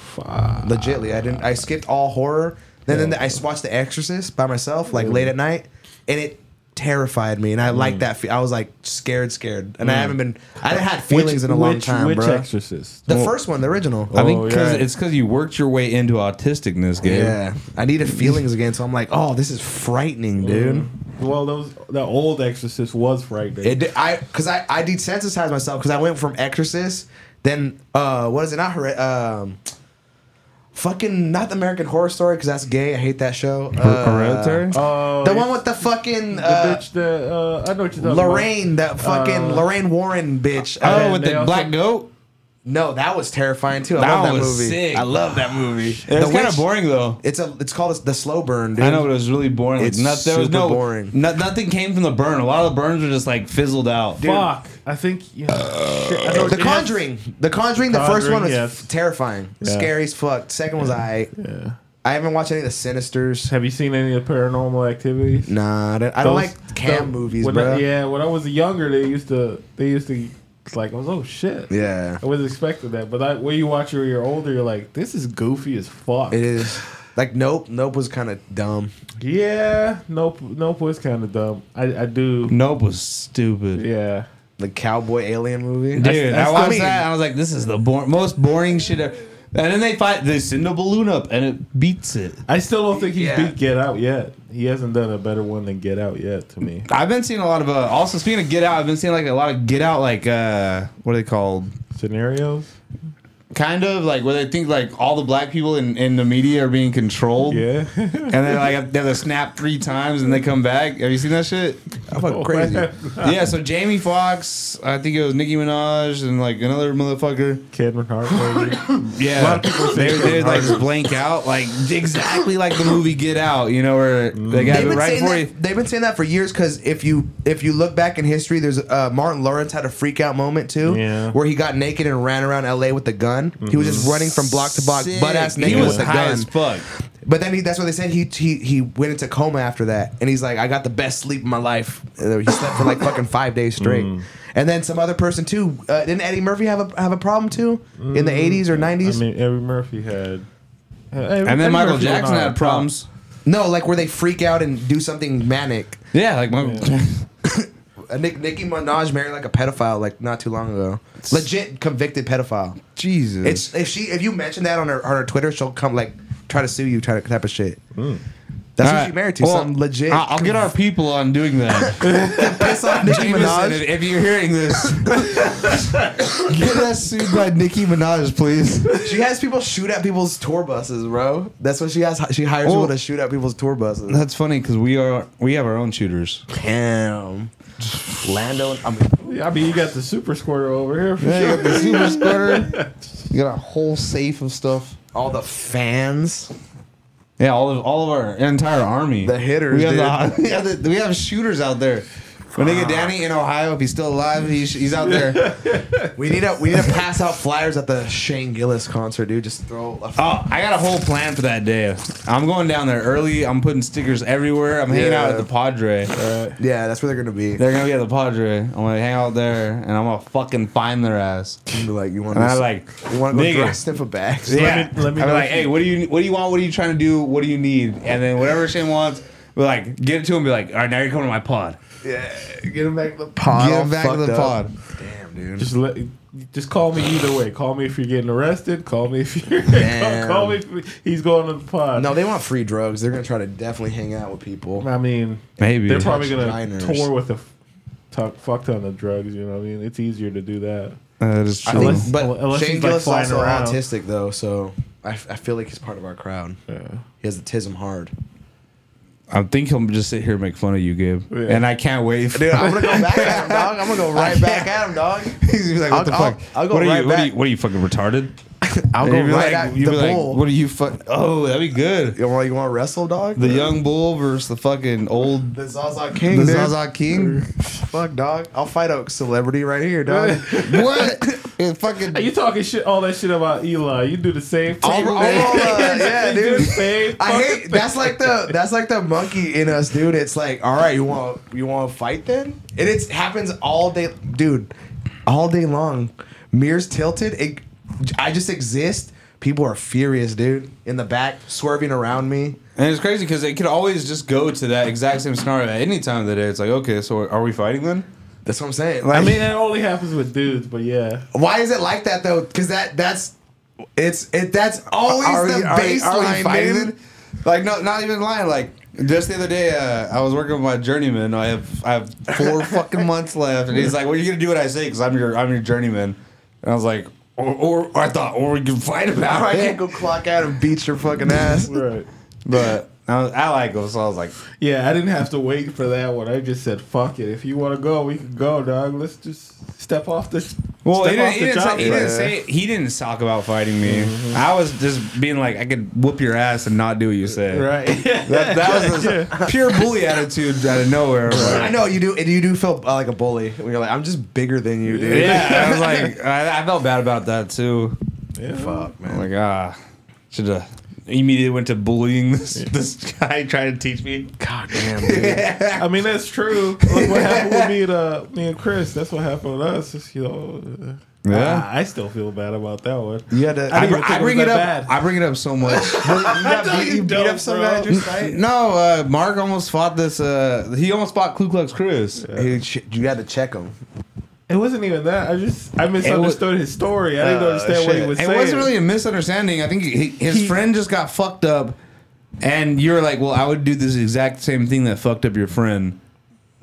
Speaker 3: Legitly, I didn't. I skipped all horror. Then then I just watched The Exorcist by myself, like late at night, and it terrified me. And I liked
Speaker 2: Mm.
Speaker 3: that. Fe- I was like scared, scared, and I haven't been. I haven't had feelings in a long
Speaker 2: which,
Speaker 3: time,
Speaker 2: Which
Speaker 3: bro.
Speaker 2: Exorcist? Oh,
Speaker 3: the
Speaker 2: Well,
Speaker 3: first one, the original.
Speaker 1: I think
Speaker 2: Oh,
Speaker 1: cause
Speaker 2: yeah.
Speaker 1: it's because you worked your way into autisticness, Gabe.
Speaker 3: Yeah, I needed feelings again, so I'm like, oh, this is frightening,
Speaker 2: Mm.
Speaker 3: dude.
Speaker 2: Well, those that old Exorcist was frightening.
Speaker 3: It did, I because I I desensitized myself because I went from Exorcist, then uh what is it not her um. Fucking not the American Horror Story because that's gay. I hate that show. Uh,
Speaker 1: Hereditary.
Speaker 2: oh,
Speaker 3: the
Speaker 2: yeah.
Speaker 3: one with the fucking
Speaker 2: the
Speaker 3: uh,
Speaker 2: bitch that uh, I know what you're talking
Speaker 3: Lorraine, that fucking
Speaker 2: Uh,
Speaker 3: Lorraine Warren bitch.
Speaker 1: oh,
Speaker 3: Uh,
Speaker 2: and
Speaker 1: with
Speaker 2: they
Speaker 1: the
Speaker 2: also-
Speaker 1: black goat.
Speaker 3: no, that was terrifying too. I
Speaker 1: That
Speaker 3: love that
Speaker 1: was
Speaker 3: movie.
Speaker 1: sick.
Speaker 3: I love that movie.
Speaker 1: It was
Speaker 3: The
Speaker 1: kind of
Speaker 3: witch-
Speaker 1: boring though.
Speaker 3: It's a it's called the slow burn, dude.
Speaker 1: I know, but it was really boring. Like,
Speaker 3: It's
Speaker 1: not, there was
Speaker 3: super
Speaker 1: no
Speaker 3: boring.
Speaker 1: no- nothing came from the burn. A lot of the burns were just like fizzled out.
Speaker 2: about. Fuck, I think yeah. Shit, I know what
Speaker 3: The
Speaker 2: you-
Speaker 3: Conjuring. The Conjuring, the first
Speaker 2: Conjuring,
Speaker 3: one was
Speaker 2: yes.
Speaker 3: terrifying.
Speaker 2: Yeah.
Speaker 3: Scary as fuck. Second was I.
Speaker 2: Yeah.
Speaker 3: I haven't watched any of the Sinisters.
Speaker 2: Have you seen any of the Paranormal Activities?
Speaker 3: Nah, I don't, I don't
Speaker 2: Those-
Speaker 3: like cam
Speaker 2: the-
Speaker 3: movies,
Speaker 2: when
Speaker 3: bro.
Speaker 2: I,
Speaker 3: yeah.
Speaker 2: yeah, when I was younger, they used to they used to it's like I was oh shit. I was expecting that, but I, when you watch it when you're older, you're like, this is goofy as fuck.
Speaker 3: It is. Like, Nope. Nope was kind of dumb.
Speaker 2: Yeah, nope, nope was kind of dumb. I, I do.
Speaker 1: Nope was stupid.
Speaker 2: Yeah,
Speaker 3: The cowboy alien movie.
Speaker 1: Dude, I,
Speaker 2: That's-
Speaker 1: watched
Speaker 2: I mean-
Speaker 1: that. And I was like, this is the bor- most boring shit ever. And then they fight. They send a balloon up, and it beats it.
Speaker 2: I still don't think he's
Speaker 3: Yeah.
Speaker 2: beat Get Out yet. He hasn't done a better one than Get Out yet to me.
Speaker 1: I've been seeing a lot of. Uh, also, speaking of Get Out, I've been seeing like a lot of Get Out. Like, uh, what are they called?
Speaker 2: Scenarios.
Speaker 1: Kind of like where they think like all the black people in, in the media are being controlled.
Speaker 2: Yeah. [LAUGHS]
Speaker 1: And then like they have to snap three times and they come back. Have you seen that [LAUGHS] shit?
Speaker 3: I'm fucking crazy.
Speaker 1: yeah, so Jamie Foxx, I think it was Nicki Minaj and like another motherfucker.
Speaker 2: Kevin
Speaker 3: [LAUGHS]
Speaker 2: Hart. maybe.
Speaker 1: Yeah. they they would like blank out, like exactly like the movie Get Out, you know, where they got
Speaker 3: They've
Speaker 1: it
Speaker 3: been,
Speaker 1: right
Speaker 3: saying
Speaker 1: for
Speaker 3: that,
Speaker 1: you.
Speaker 3: they've been saying that for years because if you if you look back in history, there's uh, Martin Lawrence had a freak out moment too,
Speaker 2: Yeah.
Speaker 3: where he got naked and ran around L.A. with a gun. He was just running from block to block,
Speaker 1: Sick.
Speaker 3: butt ass naked
Speaker 1: Mm-hmm. He was
Speaker 3: with a
Speaker 1: high
Speaker 3: gun.
Speaker 1: as fuck.
Speaker 3: But then he, that's what they said. He, he he went into coma after that, and he's like, I got the best sleep in my life. And He slept
Speaker 2: [LAUGHS]
Speaker 3: for like fucking five days straight.
Speaker 2: Mm.
Speaker 3: And then some other person too. Uh, didn't Eddie Murphy have a have a problem too in the '80s or
Speaker 2: Mm, I
Speaker 3: '90s?
Speaker 2: mean, Eddie Murphy had.
Speaker 1: And then Michael Jackson had problems.
Speaker 3: no, like where they freak out and do something manic.
Speaker 1: Yeah, like Michael
Speaker 3: A Nick, Nicki Minaj married like a pedophile like not too long ago. Legit convicted pedophile.
Speaker 1: [LAUGHS] Jesus.
Speaker 3: It's if she if you mention that on her on her Twitter, she'll come like try to sue you, try to type of shit.
Speaker 2: Mm.
Speaker 3: That's
Speaker 1: All
Speaker 3: who
Speaker 1: right.
Speaker 3: she married to.
Speaker 1: Well,
Speaker 3: Some legit.
Speaker 1: I- I'll get our people on doing that.
Speaker 3: [LAUGHS]
Speaker 1: [LAUGHS]
Speaker 3: piss off Nicki
Speaker 1: Jameson,
Speaker 3: Minaj.
Speaker 1: if, if you're hearing [LAUGHS] this, get us sued by Nicki Minaj, please.
Speaker 3: She has people shoot at people's tour buses, bro. That's what she has. She hires
Speaker 1: Well-
Speaker 3: people to shoot at people's tour buses.
Speaker 1: That's funny because we are we have our own shooters.
Speaker 3: Damn. Lando. I mean,
Speaker 2: I mean, you got the super squirter over here. For
Speaker 1: Yeah,
Speaker 2: sure.
Speaker 1: you got the super spreader. You got a whole safe of stuff.
Speaker 3: all the fans.
Speaker 1: Yeah, all of all of our entire army.
Speaker 3: The hitters,
Speaker 1: We have,
Speaker 3: dude.
Speaker 1: The, [LAUGHS] we have, the, we have shooters out there. My nigga Danny in Ohio, if he's still alive, he's, he's out there.
Speaker 3: We need to we need to pass out flyers at the Shane Gillis concert, dude. Just throw a
Speaker 1: Oh, I got a whole plan for that day. I'm going down there early. I'm putting stickers everywhere. I'm hanging out at
Speaker 3: Yeah.
Speaker 1: the Padre.
Speaker 3: Yeah, that's where they're gonna be. They're
Speaker 1: They're gonna be at the Padre. I'm gonna hang out there, and I'm gonna fucking find their ass.
Speaker 3: gonna be like, you want
Speaker 1: And I
Speaker 3: to
Speaker 1: like,
Speaker 3: you want to go
Speaker 1: nigga.
Speaker 3: dry sniff a bag?
Speaker 1: yeah.
Speaker 2: me- let me
Speaker 1: I'm
Speaker 2: know
Speaker 1: like,
Speaker 2: if you-
Speaker 1: hey, what do you what do you want? What are you trying to do? What do you need? And then whatever Shane wants, we're like, get it to him. Be like, all right, now you're coming to my pod.
Speaker 3: Yeah, get him back to the pod.
Speaker 1: Get
Speaker 3: all
Speaker 1: him back to
Speaker 3: fucked
Speaker 1: the
Speaker 3: up.
Speaker 1: pod.
Speaker 3: Damn, dude.
Speaker 2: Just let, just call me either way. Call me if you're getting arrested. Call me if you're. [LAUGHS] call,
Speaker 3: Damn.
Speaker 2: call me. If he's going to the pod.
Speaker 3: No, they want free drugs. They're gonna try to definitely hang out with people.
Speaker 2: I mean,
Speaker 1: Maybe.
Speaker 2: they're probably
Speaker 3: Touch
Speaker 2: gonna
Speaker 3: diners.
Speaker 2: tour with a f- tuck, fuck ton of drugs. You know, what I mean, it's easier to do that.
Speaker 1: That is
Speaker 3: I
Speaker 1: true.
Speaker 2: Unless-
Speaker 3: think, but
Speaker 2: unless
Speaker 3: Shane
Speaker 2: he's, like,
Speaker 3: Gillis
Speaker 2: flying
Speaker 3: is also
Speaker 2: around.
Speaker 3: autistic though, so I, I feel like he's part of our crowd. He has the tism hard.
Speaker 1: I think he'll just sit here and make fun of you, Gabe.
Speaker 2: Yeah.
Speaker 1: And I can't wait. [LAUGHS]
Speaker 3: Dude, I'm gonna go back at him, [LAUGHS] dog. I'm gonna go right back at him, dog.
Speaker 1: He's like, what
Speaker 3: I'll-
Speaker 1: the
Speaker 3: I'll-
Speaker 1: fuck?
Speaker 3: I'll go
Speaker 1: what, are
Speaker 3: right
Speaker 1: you, what are
Speaker 3: back.
Speaker 1: you? What are you fucking retarded?
Speaker 3: [LAUGHS] I'll
Speaker 1: And
Speaker 3: go
Speaker 1: you'd be
Speaker 3: right
Speaker 1: like-
Speaker 3: at
Speaker 1: you'd
Speaker 3: the
Speaker 1: be like,
Speaker 3: bull.
Speaker 1: what are you? Fu- oh, that'd be good.
Speaker 3: you want you want to wrestle, dog?
Speaker 1: The young bull versus the fucking old.
Speaker 3: the Zaza
Speaker 1: The
Speaker 3: King, dude.
Speaker 1: Zaza King.
Speaker 3: Fuck, dog. I'll fight a celebrity right here, [LAUGHS] dog.
Speaker 1: what?
Speaker 3: [LAUGHS]
Speaker 1: It fucking.
Speaker 2: Hey, you talking shit, all that shit about Eli. You do the same
Speaker 3: All-
Speaker 2: thing.
Speaker 3: all, uh,
Speaker 2: [LAUGHS]
Speaker 3: yeah,
Speaker 2: You do the
Speaker 3: dude.
Speaker 2: same
Speaker 3: I
Speaker 2: fucking
Speaker 3: hate that's like the that's like the monkey in us, dude. It's like, all right, you want you want to fight then? And it happens all day, dude, all day long. Mirrors tilted. It, I just exist. People are furious, dude, in the back, swerving around me.
Speaker 1: And it's crazy because it could always just go to that exact same scenario at any time of the day. It's like, okay, so are we fighting then?
Speaker 3: That's what I'm saying.
Speaker 2: I
Speaker 3: Like,
Speaker 2: mean, that only happens with dudes, but yeah.
Speaker 3: why is it like that though? Because that that's it's it that's always
Speaker 1: Are we-
Speaker 3: the
Speaker 1: are we- are we
Speaker 3: baseline,
Speaker 1: fighting
Speaker 3: dude.
Speaker 1: then? Like, no, not even lying. Like, just the other day, uh, I was working with my journeyman. I have I have
Speaker 3: [LAUGHS]
Speaker 1: four fucking months left, and he's like, "Well, you're gonna do what I say because I'm your I'm your journeyman." And I was like, "Or, or, or I thought, or we can fight
Speaker 3: Or
Speaker 1: about
Speaker 3: I can't
Speaker 1: it."
Speaker 3: go clock out and beat your
Speaker 1: [LAUGHS]
Speaker 3: fucking ass.
Speaker 2: Right.
Speaker 1: But I, was, I like him, so I was like,
Speaker 2: [LAUGHS] Yeah, I didn't have to wait for that one. I just said, fuck it. If you want to go, we can go, dog. Let's just step off
Speaker 3: [LAUGHS]
Speaker 2: this.
Speaker 1: Well,
Speaker 2: step
Speaker 1: he didn't,
Speaker 2: off
Speaker 1: he,
Speaker 2: the
Speaker 1: didn't
Speaker 2: jockey.
Speaker 1: say, he didn't say he didn't talk about fighting me.
Speaker 3: Mm-hmm.
Speaker 1: I was just being like, I could whoop your ass and not do what you say.
Speaker 2: Right.
Speaker 1: That, that
Speaker 3: [LAUGHS]
Speaker 1: was a pure bully attitude out of nowhere.
Speaker 3: I know you do, and you do feel uh, like a bully when you're like, I'm just bigger than you, dude.
Speaker 1: yeah, I was like, I, I felt bad about that too.
Speaker 2: Yeah.
Speaker 3: Fuck, man.
Speaker 1: I'm like, ah, should have immediately went to bullying this this guy trying to teach me.
Speaker 3: God Oh, damn, dude.
Speaker 2: I mean, that's true. Look what happened with me and, uh, me and Chris. That's what happened with us. It's, you know, uh,
Speaker 1: Yeah.
Speaker 2: I, I still feel bad about that one.
Speaker 3: You [LAUGHS] had to.
Speaker 2: I
Speaker 1: I,
Speaker 2: didn't
Speaker 1: br-
Speaker 2: even think
Speaker 1: I
Speaker 2: it was
Speaker 1: bring it up.
Speaker 2: that bad.
Speaker 1: I bring it up so much.
Speaker 2: [LAUGHS] I know
Speaker 3: you beat
Speaker 2: don't,
Speaker 3: up some
Speaker 2: bro.
Speaker 3: guy
Speaker 2: [LAUGHS]
Speaker 3: at your site.
Speaker 1: no, uh, Mark almost fought this. Uh, he almost fought Ku Klux Chris.
Speaker 3: He ch- you had to check him.
Speaker 2: It wasn't even that. I just I misunderstood his story. I didn't
Speaker 3: Uh,
Speaker 2: understand what he
Speaker 3: shit.
Speaker 2: was
Speaker 1: It
Speaker 2: saying.
Speaker 1: wasn't
Speaker 2: [LAUGHS]
Speaker 1: really a misunderstanding. I think he, his
Speaker 2: He-
Speaker 1: friend just got fucked up, and you're like, "Well, I would do this exact same thing that fucked up your friend."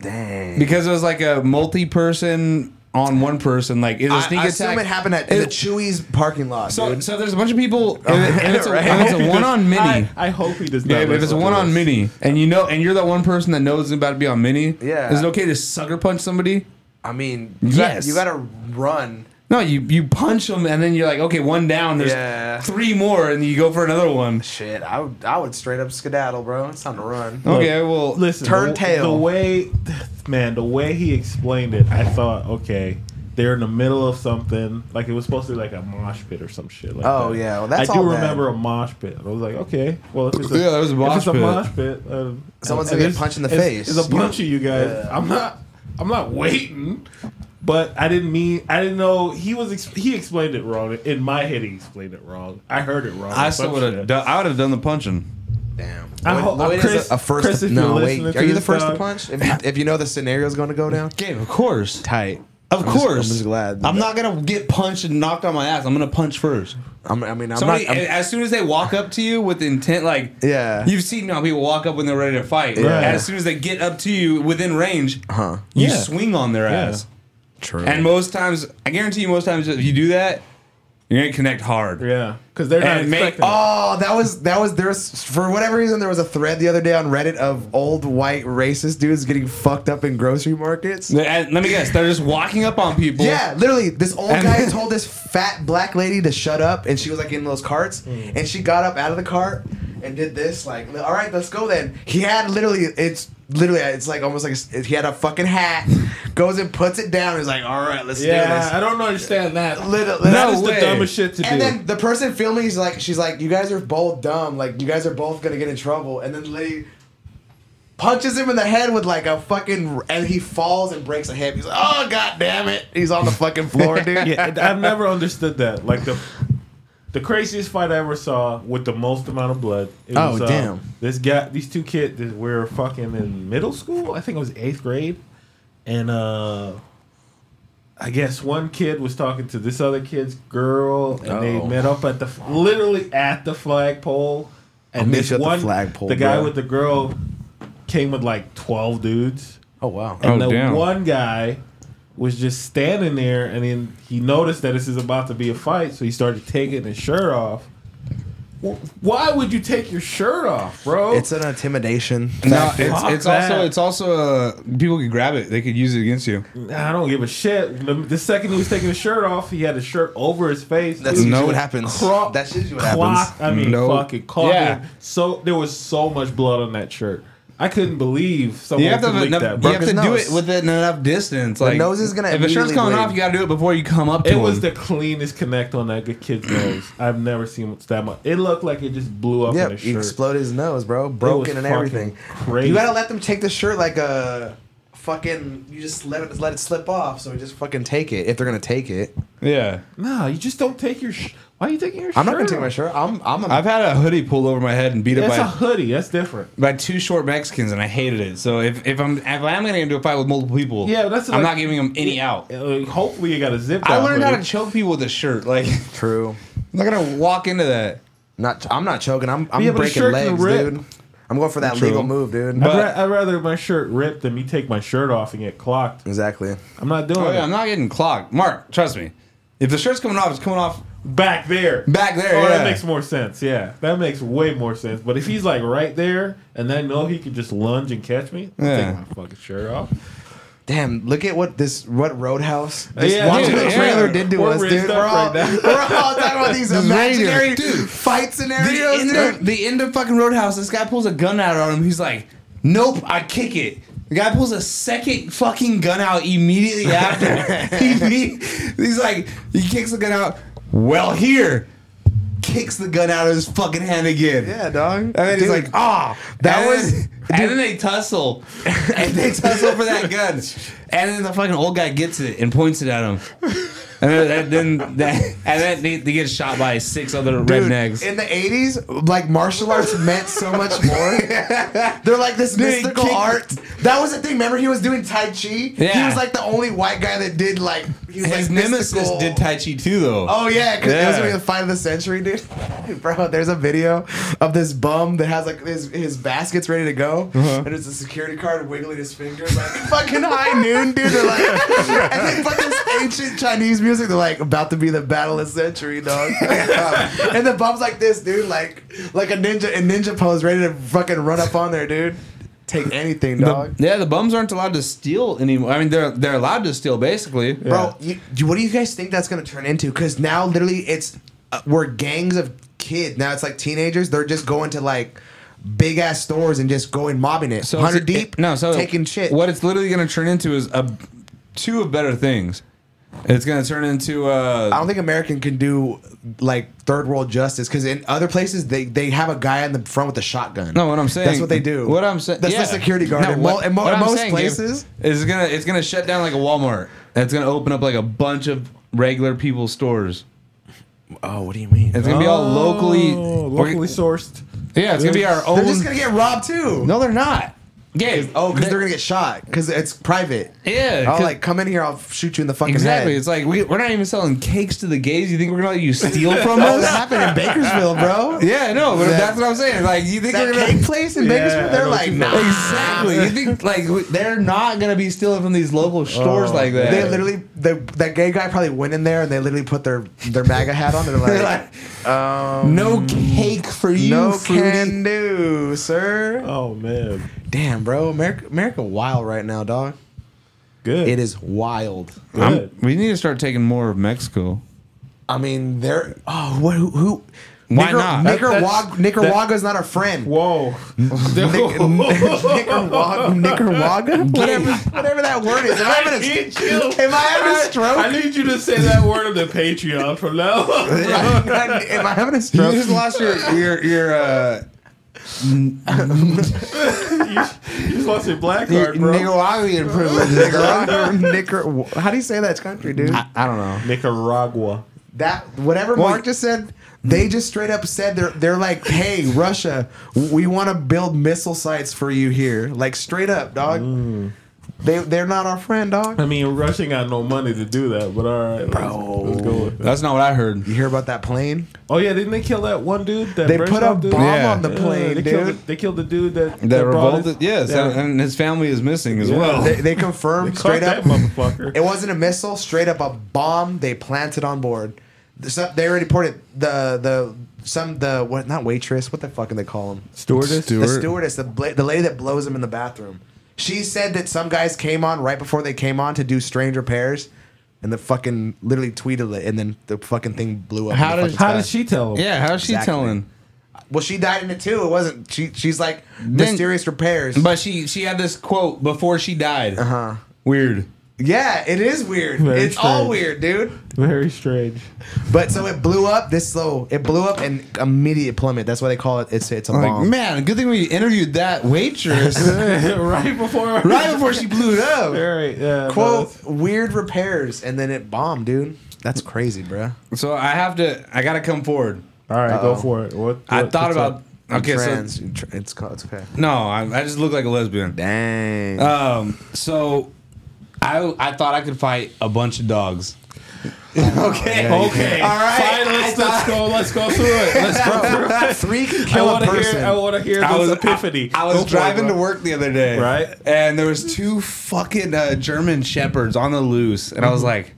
Speaker 3: Dang.
Speaker 1: Because it was like a multi-person on one person, like it was a
Speaker 3: I,
Speaker 1: sneak
Speaker 3: I
Speaker 1: attack.
Speaker 3: assume it happened at the
Speaker 1: It-
Speaker 3: Chewy's parking lot,
Speaker 1: so,
Speaker 3: dude.
Speaker 1: so there's a bunch of
Speaker 3: [LAUGHS]
Speaker 1: people, and, it- and it's a,
Speaker 3: Right.
Speaker 1: and it's a
Speaker 2: He does-
Speaker 3: [LAUGHS]
Speaker 1: one-on mini.
Speaker 2: I, I hope he does not.
Speaker 1: Yeah, if it's a
Speaker 2: listen to
Speaker 1: one on
Speaker 2: this.
Speaker 1: mini, and you know, and you're that one person that knows it's about to be on mini,
Speaker 3: Yeah.
Speaker 1: is it okay to sucker punch somebody?
Speaker 3: I mean,
Speaker 1: Yes.
Speaker 3: you got to run.
Speaker 1: No, you you punch them, and then you're like, okay, one down. There's
Speaker 3: Yeah.
Speaker 1: three more, and you go for another one.
Speaker 3: Shit, I would, I would straight up skedaddle, bro. It's time to run.
Speaker 1: Okay, well,
Speaker 2: Listen,
Speaker 3: Turn
Speaker 2: the,
Speaker 3: tail.
Speaker 2: The way, [SIGHS] man, the way he explained it, I thought, okay, they're in the middle of something. Like it was supposed to be like a mosh pit or some shit. Like
Speaker 3: Oh,
Speaker 2: that.
Speaker 3: yeah, well, that's
Speaker 2: I do
Speaker 3: all bad.
Speaker 2: remember a mosh pit. I was like, okay, well, if it's a,
Speaker 1: Yeah, there was a
Speaker 2: if
Speaker 1: mosh
Speaker 2: it's a
Speaker 1: pit.
Speaker 2: mosh pit, um,
Speaker 3: Someone's
Speaker 2: and
Speaker 3: gonna get
Speaker 2: it's-
Speaker 3: punched in the
Speaker 2: it's-
Speaker 3: face.
Speaker 2: It's a
Speaker 3: You-
Speaker 2: bunch of you guys.
Speaker 3: Yeah.
Speaker 2: I'm not. I'm not waiting. But I didn't mean I didn't know he was ex- he explained it wrong in my head he explained it wrong I heard it wrong
Speaker 1: I still
Speaker 2: Some
Speaker 1: would
Speaker 2: shit.
Speaker 1: have. Done, I would have done the punching.
Speaker 3: Damn.
Speaker 2: I
Speaker 3: Lloyd-
Speaker 2: hope-
Speaker 3: Lloyd is
Speaker 2: Chris-
Speaker 3: a, a first.
Speaker 2: Chris, if
Speaker 3: no,
Speaker 2: you're
Speaker 3: wait.
Speaker 2: listening to
Speaker 3: Are you the
Speaker 2: this,
Speaker 3: first to
Speaker 2: dog-
Speaker 3: punch? If you, if you know the scenario's going to go down,
Speaker 1: Game, of course.
Speaker 3: tight.
Speaker 1: Of
Speaker 3: I'm just-
Speaker 1: course.
Speaker 3: I'm just glad.
Speaker 1: I'm not gonna get punched and knocked on my ass. I'm gonna punch first.
Speaker 3: I'm, I mean, I'm
Speaker 1: Somebody,
Speaker 3: not. I'm,
Speaker 1: as soon as they walk up to you with intent, like
Speaker 3: Yeah.
Speaker 1: you've seen how people walk up when they're ready to fight.
Speaker 2: Yeah.
Speaker 1: As soon as they get up to you within range,
Speaker 3: huh.
Speaker 1: you
Speaker 2: Yeah.
Speaker 1: swing on their
Speaker 2: Yeah.
Speaker 1: ass.
Speaker 3: True.
Speaker 1: And most times, I guarantee you, most times if you do that, you're gonna connect hard.
Speaker 2: Yeah, because they're not
Speaker 1: And make-
Speaker 2: expecting. it.
Speaker 3: Oh, that was that was there was for whatever reason there was a thread the other day on Reddit of old white racist dudes getting fucked up in grocery markets.
Speaker 1: And uh, let me guess, they're just walking up on people.
Speaker 3: Yeah, literally, this old
Speaker 1: And-
Speaker 2: [LAUGHS]
Speaker 3: guy told this fat black lady to shut up, and she was like in those carts,
Speaker 2: Hmm.
Speaker 3: and she got up out of the cart and did this, like, all right, let's go then. He had literally, it's literally, it's like almost like a, he had a fucking hat, goes and puts it down, and is like, all right, let's do
Speaker 2: yeah,
Speaker 3: this.
Speaker 2: I don't understand that.
Speaker 3: Little-
Speaker 2: that
Speaker 1: No
Speaker 2: is
Speaker 1: way.
Speaker 2: the dumbest shit to
Speaker 3: And
Speaker 2: do.
Speaker 3: then the person filming is like, she's like, you guys are both dumb. Like, you guys are both gonna get in trouble. And then the lady punches him in the head with like a fucking, and he falls and breaks a hip. He's like, oh god damn it. He's on
Speaker 2: [LAUGHS]
Speaker 3: the fucking floor, dude.
Speaker 2: yeah, and I've never understood that. Like the the craziest fight I ever saw with the most amount of blood. It uh,
Speaker 3: Oh, damn.
Speaker 2: This guy, these two kids, this, we were fucking in middle school. I think it was eighth grade, and uh, I guess one kid was talking to this other kid's girl, and they
Speaker 3: Oh.
Speaker 2: met up at the f- literally at the flagpole. And
Speaker 3: meet
Speaker 2: this
Speaker 3: you Oh, at the
Speaker 2: one,
Speaker 3: flagpole,
Speaker 2: the guy
Speaker 3: bro.
Speaker 2: with the girl, came with like twelve dudes.
Speaker 3: [LAUGHS] Oh wow.
Speaker 2: And
Speaker 1: Oh,
Speaker 2: the
Speaker 1: damn.
Speaker 2: one guy was just standing there, and then he noticed that this is about to be a fight, so he started taking his shirt off. wh- why would you take your shirt off, bro?
Speaker 3: It's an intimidation.
Speaker 1: No,
Speaker 2: Fuck
Speaker 1: it's, it's
Speaker 2: that.
Speaker 1: also it's also uh, people could grab it. They could use it against you.
Speaker 2: I don't give a shit. The, the second he was taking his shirt off, he had his shirt over his face.
Speaker 4: That's
Speaker 2: It was
Speaker 1: No.
Speaker 4: usually what happens.
Speaker 2: Cro-
Speaker 4: That's usually what happens.
Speaker 2: clock. I mean,
Speaker 1: No.
Speaker 2: fucking clock.
Speaker 1: Yeah.
Speaker 2: So there was so much blood on that shirt. I couldn't believe someone
Speaker 1: You have to,
Speaker 2: could
Speaker 1: have
Speaker 2: leak
Speaker 1: enough,
Speaker 2: that.
Speaker 1: you
Speaker 2: bro.
Speaker 1: have
Speaker 3: Broke
Speaker 1: to
Speaker 3: his
Speaker 1: do
Speaker 3: nose.
Speaker 1: it within enough distance. Like
Speaker 3: nose is gonna
Speaker 1: If a shirt's
Speaker 3: immediately
Speaker 1: coming
Speaker 3: bleed.
Speaker 1: off, you got to do it before you come up to
Speaker 2: It was
Speaker 1: him.
Speaker 2: the cleanest connect on that good kid's nose. [CLEARS THROAT] I've never seen that much. It looked like it just blew up in
Speaker 3: Yep,
Speaker 2: his
Speaker 3: he
Speaker 2: shirt.
Speaker 3: exploded his nose,
Speaker 2: It
Speaker 3: bro.
Speaker 2: was
Speaker 3: Broken and everything.
Speaker 2: fucking crazy.
Speaker 3: You gotta let them take the shirt like a fucking. You just let it let it slip off. So just fucking take it if they're gonna take it.
Speaker 1: yeah.
Speaker 2: No, you just don't take your. Sh- Why are you taking your?
Speaker 3: I'm not gonna
Speaker 2: shirt
Speaker 3: take my
Speaker 2: off?
Speaker 3: shirt. I'm I'm. A,
Speaker 1: I've had a hoodie pulled over my head and beat up
Speaker 2: It's
Speaker 1: by
Speaker 2: a hoodie. That's different.
Speaker 1: by two short Mexicans, and I hated it. So if, if I'm if I'm getting into a fight with multiple people,
Speaker 2: Yeah, but that's
Speaker 1: I'm
Speaker 2: like-
Speaker 1: not giving them any out.
Speaker 2: Uh, Hopefully, you got a zip.
Speaker 1: I learned how
Speaker 2: hoodie.
Speaker 1: to choke people with a shirt. Like [LAUGHS] I'm
Speaker 3: true.
Speaker 1: not gonna walk into that.
Speaker 3: Not I'm not choking. I'm I'm
Speaker 2: Yeah, but a
Speaker 3: breaking
Speaker 2: shirt can
Speaker 3: legs,
Speaker 2: rip.
Speaker 3: dude. I'm going for that
Speaker 1: True.
Speaker 3: legal move, dude.
Speaker 1: But-
Speaker 2: I'd, ra- I'd rather my shirt ripped than me take my shirt off and get clocked.
Speaker 3: exactly.
Speaker 2: I'm not doing
Speaker 1: Oh yeah, I'm
Speaker 2: it.
Speaker 1: not getting clogged. Mark, trust me. If the shirt's coming off, it's coming off
Speaker 2: Back there.
Speaker 1: back there.
Speaker 2: Oh,
Speaker 1: yeah.
Speaker 2: that makes more sense. Yeah, that makes way more sense. But if he's like right there, and I know he could just lunge and catch me, I'll
Speaker 1: Yeah.
Speaker 2: take my fucking shirt off.
Speaker 3: Damn, look at what this what Roadhouse this
Speaker 2: Yeah,
Speaker 3: watching
Speaker 1: dude,
Speaker 3: the
Speaker 1: yeah.
Speaker 3: trailer did to
Speaker 2: We're
Speaker 3: us,
Speaker 2: raised
Speaker 3: dude. We're
Speaker 2: up
Speaker 3: all,
Speaker 2: right now.
Speaker 3: we're all talking
Speaker 1: [LAUGHS]
Speaker 3: about these
Speaker 1: This radio,
Speaker 3: imaginary
Speaker 1: dude.
Speaker 3: fight
Speaker 1: the
Speaker 3: scenarios,
Speaker 1: end,
Speaker 3: dude.
Speaker 1: of, the end of fucking Roadhouse, this guy pulls a gun out on him. He's like, "Nope, I kick it." The guy pulls a second fucking gun out immediately
Speaker 2: [LAUGHS]
Speaker 1: after. he, he- he's like, he kicks the gun out. Well, here, kicks the gun out of his fucking hand again.
Speaker 3: Yeah, dog. And
Speaker 1: And then he's like, ah,
Speaker 3: that
Speaker 1: and
Speaker 3: was-
Speaker 1: Then, and then they tussle, [LAUGHS] and they tussle for that gun, and then the fucking old guy gets it and points it at him, and then then, that, and then they, they get shot by six other
Speaker 3: Dude,
Speaker 1: rednecks.
Speaker 3: in the 80s, like martial arts meant so
Speaker 1: [LAUGHS]
Speaker 3: much more. They're like this
Speaker 1: Dude, he
Speaker 3: mystical
Speaker 1: kicked-
Speaker 3: art. That was the thing. Remember, he was doing Tai Chi? He
Speaker 1: Yeah.
Speaker 3: was like the only white guy that did like. He was
Speaker 1: His
Speaker 3: like
Speaker 1: nemesis
Speaker 3: mystical.
Speaker 1: did Tai Chi too, though.
Speaker 3: Oh yeah, because it was
Speaker 1: Yeah.
Speaker 3: gonna be the fight of the century, dude. [LAUGHS] Bro, there's a video of this bum that has like his, his baskets ready to go,
Speaker 1: Uh-huh.
Speaker 3: and it's a security guard wiggling his fingers like [LAUGHS] fucking high noon, dude. They're
Speaker 1: [LAUGHS]
Speaker 3: like, and then fucking this ancient Chinese music. They're like about to be the battle of the
Speaker 1: [LAUGHS]
Speaker 3: century, dog. [LAUGHS] and the bum's like this, dude, like like a ninja in ninja pose, ready to fucking run up on there, dude. Take anything, dog.
Speaker 1: yeah, the bums aren't allowed to steal anymore. I mean, they're they're allowed to steal basically.
Speaker 3: Bro, you, you- what do you guys think that's going to turn into? Because now literally it's uh, we're gangs of kids. Now it's like teenagers. They're just going to like big ass stores and just going mobbing it.
Speaker 1: So
Speaker 3: Hundred
Speaker 1: it's-
Speaker 3: deep.
Speaker 1: it- no, so
Speaker 3: taking shit.
Speaker 1: What it's literally going to turn into is a two of better things. It's going to turn into uh,
Speaker 3: I don't think American can do like third world justice because in other places they, they have a guy in the front with a shotgun.
Speaker 1: No, what I'm saying.
Speaker 3: That's what they do.
Speaker 1: What I'm saying.
Speaker 3: That's
Speaker 1: yeah.
Speaker 3: the security guard in, mo- in mo-
Speaker 1: what I'm
Speaker 3: most
Speaker 1: saying,
Speaker 3: places.
Speaker 1: Gabe, is gonna it's gonna shut down like a Walmart. And it's gonna open up like a bunch of regular people stores.
Speaker 3: Oh, what do you mean?
Speaker 1: It's gonna be all locally.
Speaker 2: Oh, locally sourced.
Speaker 1: yeah, it's gonna be our own.
Speaker 3: They're just gonna get robbed too.
Speaker 1: no, they're not. Gabe.
Speaker 3: Oh, because
Speaker 1: they-
Speaker 3: they're gonna get shot because it's private.
Speaker 1: Yeah,
Speaker 3: I'll
Speaker 1: 'cause-
Speaker 3: like come in here. I'll shoot you in the fucking
Speaker 1: Exactly.
Speaker 3: head.
Speaker 1: It's like we, we're not even selling cakes to the gays. You think we're gonna let you
Speaker 3: [LAUGHS]
Speaker 1: steal from
Speaker 3: Oh, that
Speaker 1: us?
Speaker 3: happened in
Speaker 2: [LAUGHS]
Speaker 3: Bakersfield, bro.
Speaker 1: Yeah, no, but
Speaker 3: That-
Speaker 1: that's what I'm saying. Like, you think we're
Speaker 3: that
Speaker 1: gonna
Speaker 3: cake place in
Speaker 2: Yeah,
Speaker 3: Bakersfield,
Speaker 2: I
Speaker 3: they're
Speaker 2: know
Speaker 3: like,
Speaker 2: what you
Speaker 3: nah.
Speaker 2: mean.
Speaker 1: exactly? You think like w- they're not gonna be stealing from these local stores like that?
Speaker 3: Oh, They literally, they, that gay guy probably went in there and they literally put their their MAGA hat on.
Speaker 2: [LAUGHS]
Speaker 3: They're
Speaker 1: They're
Speaker 3: like,
Speaker 1: like,
Speaker 3: um,
Speaker 1: no cake for you,
Speaker 3: no
Speaker 1: fruity.
Speaker 3: can do, sir.
Speaker 2: Oh man,
Speaker 3: Damn, bro, America, America, wild right now, dog.
Speaker 2: good.
Speaker 3: It is wild.
Speaker 2: Good.
Speaker 1: I'm- we need to start taking more of Mexico.
Speaker 3: I mean, they're oh, what who? who
Speaker 1: Why
Speaker 3: Nicar-
Speaker 1: not?
Speaker 2: That-
Speaker 3: Nicaragua,
Speaker 2: that's-
Speaker 3: Nicaragua's not our friend.
Speaker 2: Whoa.
Speaker 3: [LAUGHS] Nicaragua,
Speaker 2: [LAUGHS]
Speaker 3: Nicaragua, whatever, whatever that word is. Am I
Speaker 2: I
Speaker 3: having a,
Speaker 2: need you.
Speaker 3: am I having a stroke?
Speaker 2: I need you to say that word on the Patreon from now
Speaker 3: [LAUGHS]
Speaker 2: on.
Speaker 3: Am I having a
Speaker 1: You
Speaker 3: stroke?
Speaker 1: just lost your your your uh,
Speaker 2: you, you just lost your black
Speaker 1: your
Speaker 2: card, bro.
Speaker 1: Nicaraguan [LAUGHS] privileges.
Speaker 3: Nicaragua, Nicar- How do you say that country, dude?
Speaker 1: I, I don't know.
Speaker 2: Nicaragua.
Speaker 3: that whatever Mark just said, they just straight up said they're they're like, hey, Russia, we want to build missile sites for you here, like straight up, dog.
Speaker 1: Mm.
Speaker 3: They they're not our friend, dog.
Speaker 2: I mean, Russia got no money to do that, but all right,
Speaker 3: Bro.
Speaker 2: Let's, let's go with it.
Speaker 1: That's not what I heard.
Speaker 3: You hear about that plane?
Speaker 2: Oh yeah, didn't they kill that one dude? That
Speaker 3: They
Speaker 2: British
Speaker 3: put a
Speaker 2: dude?
Speaker 3: bomb
Speaker 1: Yeah.
Speaker 3: on the
Speaker 2: Yeah,
Speaker 3: plane,
Speaker 2: they Killed
Speaker 3: dude.
Speaker 2: the, they killed the dude that
Speaker 1: That
Speaker 2: brought his-
Speaker 1: revolted. Yes,
Speaker 2: Yeah.
Speaker 1: and and his family is missing as
Speaker 2: Yeah.
Speaker 1: well.
Speaker 3: They, they confirmed
Speaker 2: Caught
Speaker 3: uh, straight
Speaker 2: that
Speaker 3: up.
Speaker 2: motherfucker.
Speaker 3: It wasn't a missile, straight up a bomb they planted on board. The stuff- They already reported the the some the what not waitress what the fuck do they call them
Speaker 2: Stewardess?
Speaker 3: the stewardess the bla- the lady that blows him in the bathroom. She said that some guys came on right before they came on to do stranger pairs, and the fucking literally tweeted it, and then the fucking thing blew up. in
Speaker 1: How
Speaker 3: the
Speaker 1: does-
Speaker 3: fucking
Speaker 2: How did
Speaker 3: sky.
Speaker 2: she tell him?
Speaker 1: Yeah, how's she
Speaker 3: Exactly.
Speaker 1: telling?
Speaker 3: Well, she died in it too. It wasn't. She she's like mysterious repairs.
Speaker 1: But she she had this quote before she died. Uh huh. Weird.
Speaker 3: yeah, it is weird.
Speaker 2: Very
Speaker 3: it's all
Speaker 2: strange.
Speaker 3: weird, dude.
Speaker 2: Very
Speaker 3: [LAUGHS]
Speaker 2: strange. [LAUGHS]
Speaker 3: But so it blew up. This slow. It blew up and immediate plummet. That's why they call it. It's it's a
Speaker 1: Like,
Speaker 3: bomb.
Speaker 1: man, good thing we interviewed that [LAUGHS] waitress
Speaker 2: right before.
Speaker 1: right before she blew it up.
Speaker 2: Very. Yeah,
Speaker 3: Quote weird repairs, and then it bombed, dude. That's crazy, bruh.
Speaker 1: So I have to. I gotta come forward.
Speaker 2: All right,
Speaker 3: Uh-oh.
Speaker 2: go for it. What,
Speaker 1: I
Speaker 2: what-
Speaker 1: thought
Speaker 2: what's
Speaker 1: about.
Speaker 2: up?
Speaker 1: Okay,
Speaker 3: trans.
Speaker 1: so
Speaker 3: tr- it's called. It's okay.
Speaker 1: no, I, I just look like a lesbian.
Speaker 3: Dang.
Speaker 1: Um, so I I thought I could fight a bunch of dogs. [LAUGHS] okay.
Speaker 2: Okay. All right. Fine, let's, let's go. Let's go through
Speaker 1: [LAUGHS]
Speaker 2: it. Let's go through [LAUGHS] it.
Speaker 3: Three can
Speaker 2: I
Speaker 3: kill a
Speaker 2: want to
Speaker 3: person.
Speaker 2: hear. I want to hear
Speaker 1: I
Speaker 2: this
Speaker 1: was
Speaker 2: epiphany.
Speaker 1: I, I
Speaker 2: Go
Speaker 1: was
Speaker 2: for it,
Speaker 1: driving
Speaker 2: bro.
Speaker 1: to work the other day,
Speaker 2: Right.
Speaker 1: And there was two fucking uh, German shepherds on the loose, and I
Speaker 2: Mm-hmm.
Speaker 1: was like,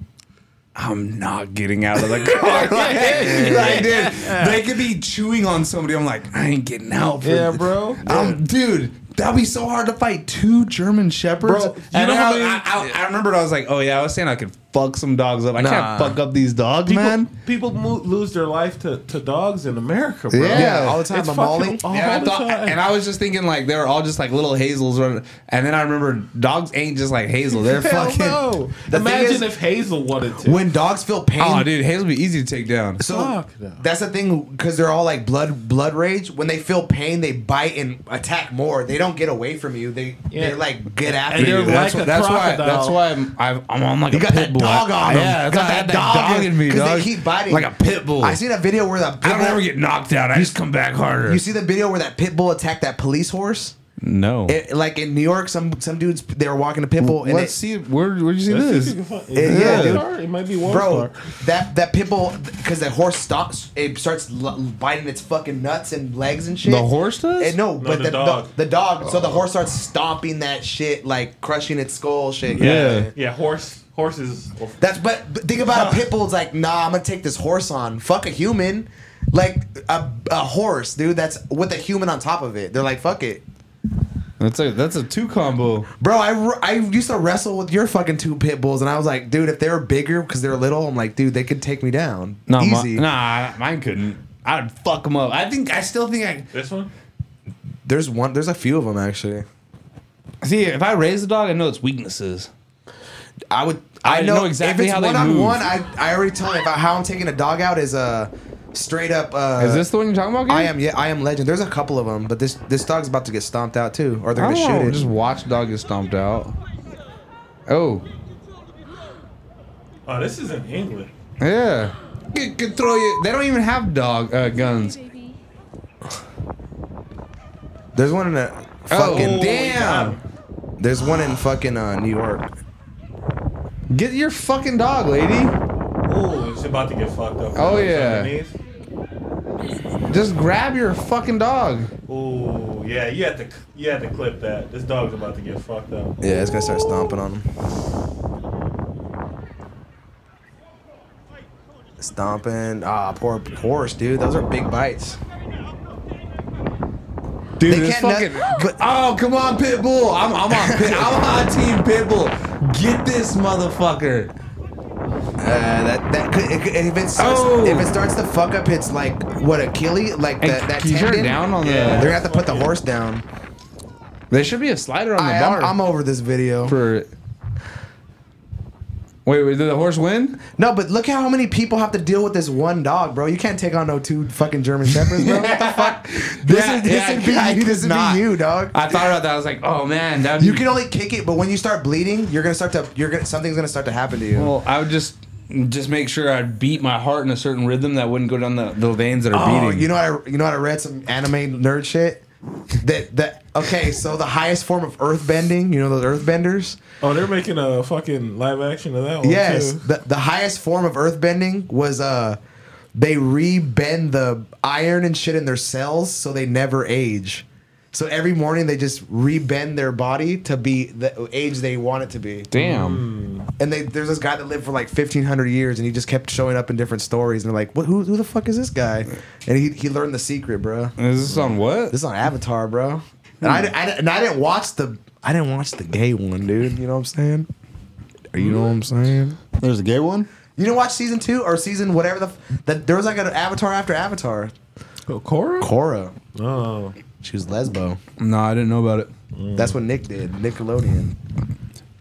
Speaker 1: I'm not getting out of
Speaker 2: [LAUGHS]
Speaker 1: the car. [LAUGHS] like, like, dude, they could be chewing on somebody. I'm like, I ain't getting out. For
Speaker 2: Yeah, bro.
Speaker 1: Um, dude. That'd be so hard to fight two German shepherds.
Speaker 2: Bro, you
Speaker 1: and
Speaker 2: know
Speaker 1: then
Speaker 2: how
Speaker 1: I,
Speaker 2: many-
Speaker 1: I, I, I remembered I was like, oh yeah, I was saying I could fuck some dogs up. I
Speaker 3: Nah.
Speaker 1: can't fuck up these dogs,
Speaker 2: People,
Speaker 1: man.
Speaker 2: people mo- lose their life to, to dogs in America, bro.
Speaker 1: Yeah.
Speaker 3: yeah, all the time.
Speaker 2: It's
Speaker 3: I'm
Speaker 2: fucking
Speaker 3: mauling.
Speaker 2: all
Speaker 1: Yeah, I
Speaker 2: the
Speaker 1: thought,
Speaker 2: time.
Speaker 1: and I was just thinking like they were all just like little hazels running, and then I remember dogs ain't just like hazel. [LAUGHS] They're
Speaker 2: Hell
Speaker 1: fucking.
Speaker 2: no.
Speaker 3: The thing
Speaker 2: Imagine
Speaker 3: is-
Speaker 2: if Hazel wanted to.
Speaker 3: When dogs feel pain,
Speaker 1: Oh, dude, hazel be easy to take down.
Speaker 3: so
Speaker 2: Fuck no.
Speaker 3: that's the thing because they're all like blood blood rage. When they feel pain, they bite and attack more. They don't get away from you. They
Speaker 2: Yeah.
Speaker 3: they like get after
Speaker 2: And they're
Speaker 3: you.
Speaker 1: that's
Speaker 2: like
Speaker 1: why,
Speaker 2: a
Speaker 1: that's why.
Speaker 2: crocodile.
Speaker 1: That's why I'm. I've, I'm on like
Speaker 3: you
Speaker 1: a
Speaker 3: got
Speaker 1: pit
Speaker 3: that
Speaker 1: bull.
Speaker 3: dog on
Speaker 1: yeah,
Speaker 3: them.
Speaker 1: that's
Speaker 3: got
Speaker 1: why I had that dog, in me,
Speaker 3: 'cause
Speaker 1: dog.
Speaker 3: They keep biting
Speaker 1: like a pit bull.
Speaker 3: I seen a video where the
Speaker 1: I
Speaker 3: pit
Speaker 1: don't ever
Speaker 3: bull,
Speaker 1: get knocked out. I just come back harder.
Speaker 3: you see the video where that pit bull attacked that police horse.
Speaker 1: no.
Speaker 3: It, like in New York, some some dudes they were walking a pit bull and
Speaker 1: Let's
Speaker 3: it,
Speaker 1: see. Where Where'd you see
Speaker 2: Let's [LAUGHS]
Speaker 1: this?
Speaker 2: see if you can
Speaker 3: Yeah,
Speaker 2: find-
Speaker 3: yeah,
Speaker 2: One
Speaker 3: dude.
Speaker 2: star? It might be one
Speaker 3: Bro,
Speaker 2: star.
Speaker 3: that that pit bull, because the horse stops, it starts l- biting its fucking nuts and legs and shit.
Speaker 1: The horse does?
Speaker 3: Eh, no,
Speaker 2: the
Speaker 3: but the, the
Speaker 2: dog.
Speaker 3: dog. The, dog. So the horse starts stomping that shit, like crushing its skull, shit.
Speaker 1: Yeah.
Speaker 2: Yeah, horse horses. Oh,
Speaker 3: That's but, but think about a pit bull. It's like, nah, I'm gonna take this horse on. Fuck a human, like a, a horse, dude. That's with a human on top of it. They're like, fuck it,
Speaker 1: That's a that's a two combo.
Speaker 3: bro. I, r- I used to wrestle with your fucking two pit bulls, and I was like, dude, if they were bigger because they're little, I'm like, dude, they could take me down.
Speaker 1: No, my,
Speaker 3: easy.
Speaker 1: nah, mine couldn't. I'd fuck them up. I think I still think I.
Speaker 2: This one?
Speaker 3: There's one. There's a few of them actually.
Speaker 1: See, if I raise the dog, I know its weaknesses.
Speaker 3: I would.
Speaker 1: I
Speaker 3: I, know,
Speaker 1: know exactly
Speaker 3: if it's
Speaker 1: how they
Speaker 3: one on
Speaker 1: move.
Speaker 3: one. I I already told you about how I'm taking a dog out is a straight up. Uh,
Speaker 1: Is this the one you're talking about?
Speaker 3: I am yeah. I am legend. There's a couple of them, but this this dog's about to get stomped out too, or they're
Speaker 1: I
Speaker 3: gonna
Speaker 1: don't
Speaker 3: shoot
Speaker 1: know.
Speaker 3: it.
Speaker 1: Oh, Just watch dog get stomped out. Oh,
Speaker 2: Oh, this is in England.
Speaker 1: yeah. Could, could throw you. They don't even have dog uh, guns.
Speaker 3: there's one in a
Speaker 1: Oh,
Speaker 3: fucking.
Speaker 1: damn.
Speaker 3: There's one in fucking uh, New York.
Speaker 1: Get your fucking dog, lady.
Speaker 2: Oh, it's about to get fucked up.
Speaker 1: Oh, yeah. Just grab your fucking dog.
Speaker 2: Oh yeah, you had to you had to clip that. This dog's about to get fucked up.
Speaker 3: Yeah, it's gonna start stomping on them. Stomping. Ah, poor horse, dude. Those are big bites.
Speaker 1: Dude,
Speaker 3: They
Speaker 1: this
Speaker 3: can't
Speaker 1: fucking.
Speaker 3: nut- but-
Speaker 1: oh, come on, Pitbull. I'm, I'm on. Pit, I'm on Team Pitbull. Get this motherfucker.
Speaker 3: Uh, that that could, it, could- if it starts
Speaker 1: Oh.
Speaker 3: if it starts to fuck up, it's like what Achilles, like
Speaker 1: Hey,
Speaker 3: that that
Speaker 1: can you turn it
Speaker 3: tendon.
Speaker 1: down on the?
Speaker 2: Yeah.
Speaker 3: They're gonna have to put the horse down.
Speaker 1: There should be a slider on the
Speaker 3: I,
Speaker 1: bar.
Speaker 3: am I'm over this video.
Speaker 1: for. Wait, wait, did the horse win?
Speaker 3: No, but look how many people have to deal with this one dog, bro. You can't take on no two fucking German shepherds, bro. What the
Speaker 1: [LAUGHS]
Speaker 3: fuck? This
Speaker 1: Yeah,
Speaker 3: is this
Speaker 1: yeah,
Speaker 3: would be
Speaker 1: I
Speaker 3: you.
Speaker 1: could
Speaker 3: This would
Speaker 1: not.
Speaker 3: be you, dog.
Speaker 1: I thought about that. I was like, oh man, that
Speaker 3: You can only kick it, but when you start bleeding, you're gonna start to you're gonna something's gonna start to happen to you.
Speaker 1: Well, I would just just make sure I beat my heart in a certain rhythm that wouldn't go down the, the veins that are
Speaker 3: Oh,
Speaker 1: beating.
Speaker 3: you know what I you know what I read some anime nerd shit. That that okay, so the highest form of earth bending, you know those earth benders.
Speaker 2: Oh, they're making a fucking live action of that
Speaker 1: Oh,
Speaker 2: one.
Speaker 3: Yes,
Speaker 2: too.
Speaker 3: the, the highest form of earth bending was uh they re-bend the iron and shit in their cells so they never age. So every morning they just re-bend their body to be the age they want it to be.
Speaker 1: damn.
Speaker 3: And they, there's this guy that lived for like 1,500 years, and he just kept showing up in different stories. And they're like, "What? Who, who the fuck is this guy?" And he, he learned the secret, bro.
Speaker 1: Is this on what?
Speaker 3: This is on Avatar, bro. And I, I- and I didn't watch the I didn't watch the gay one, dude. You know what I'm saying? You know what I'm saying?
Speaker 4: There's a gay one.
Speaker 3: You didn't watch season two or season whatever the f- that there was like an Avatar after Avatar.
Speaker 2: Cora?
Speaker 3: Korra,
Speaker 2: Oh.
Speaker 3: she was lesbo.
Speaker 1: No, I didn't know about it.
Speaker 2: Mm.
Speaker 3: That's what Nick did. Nickelodeon.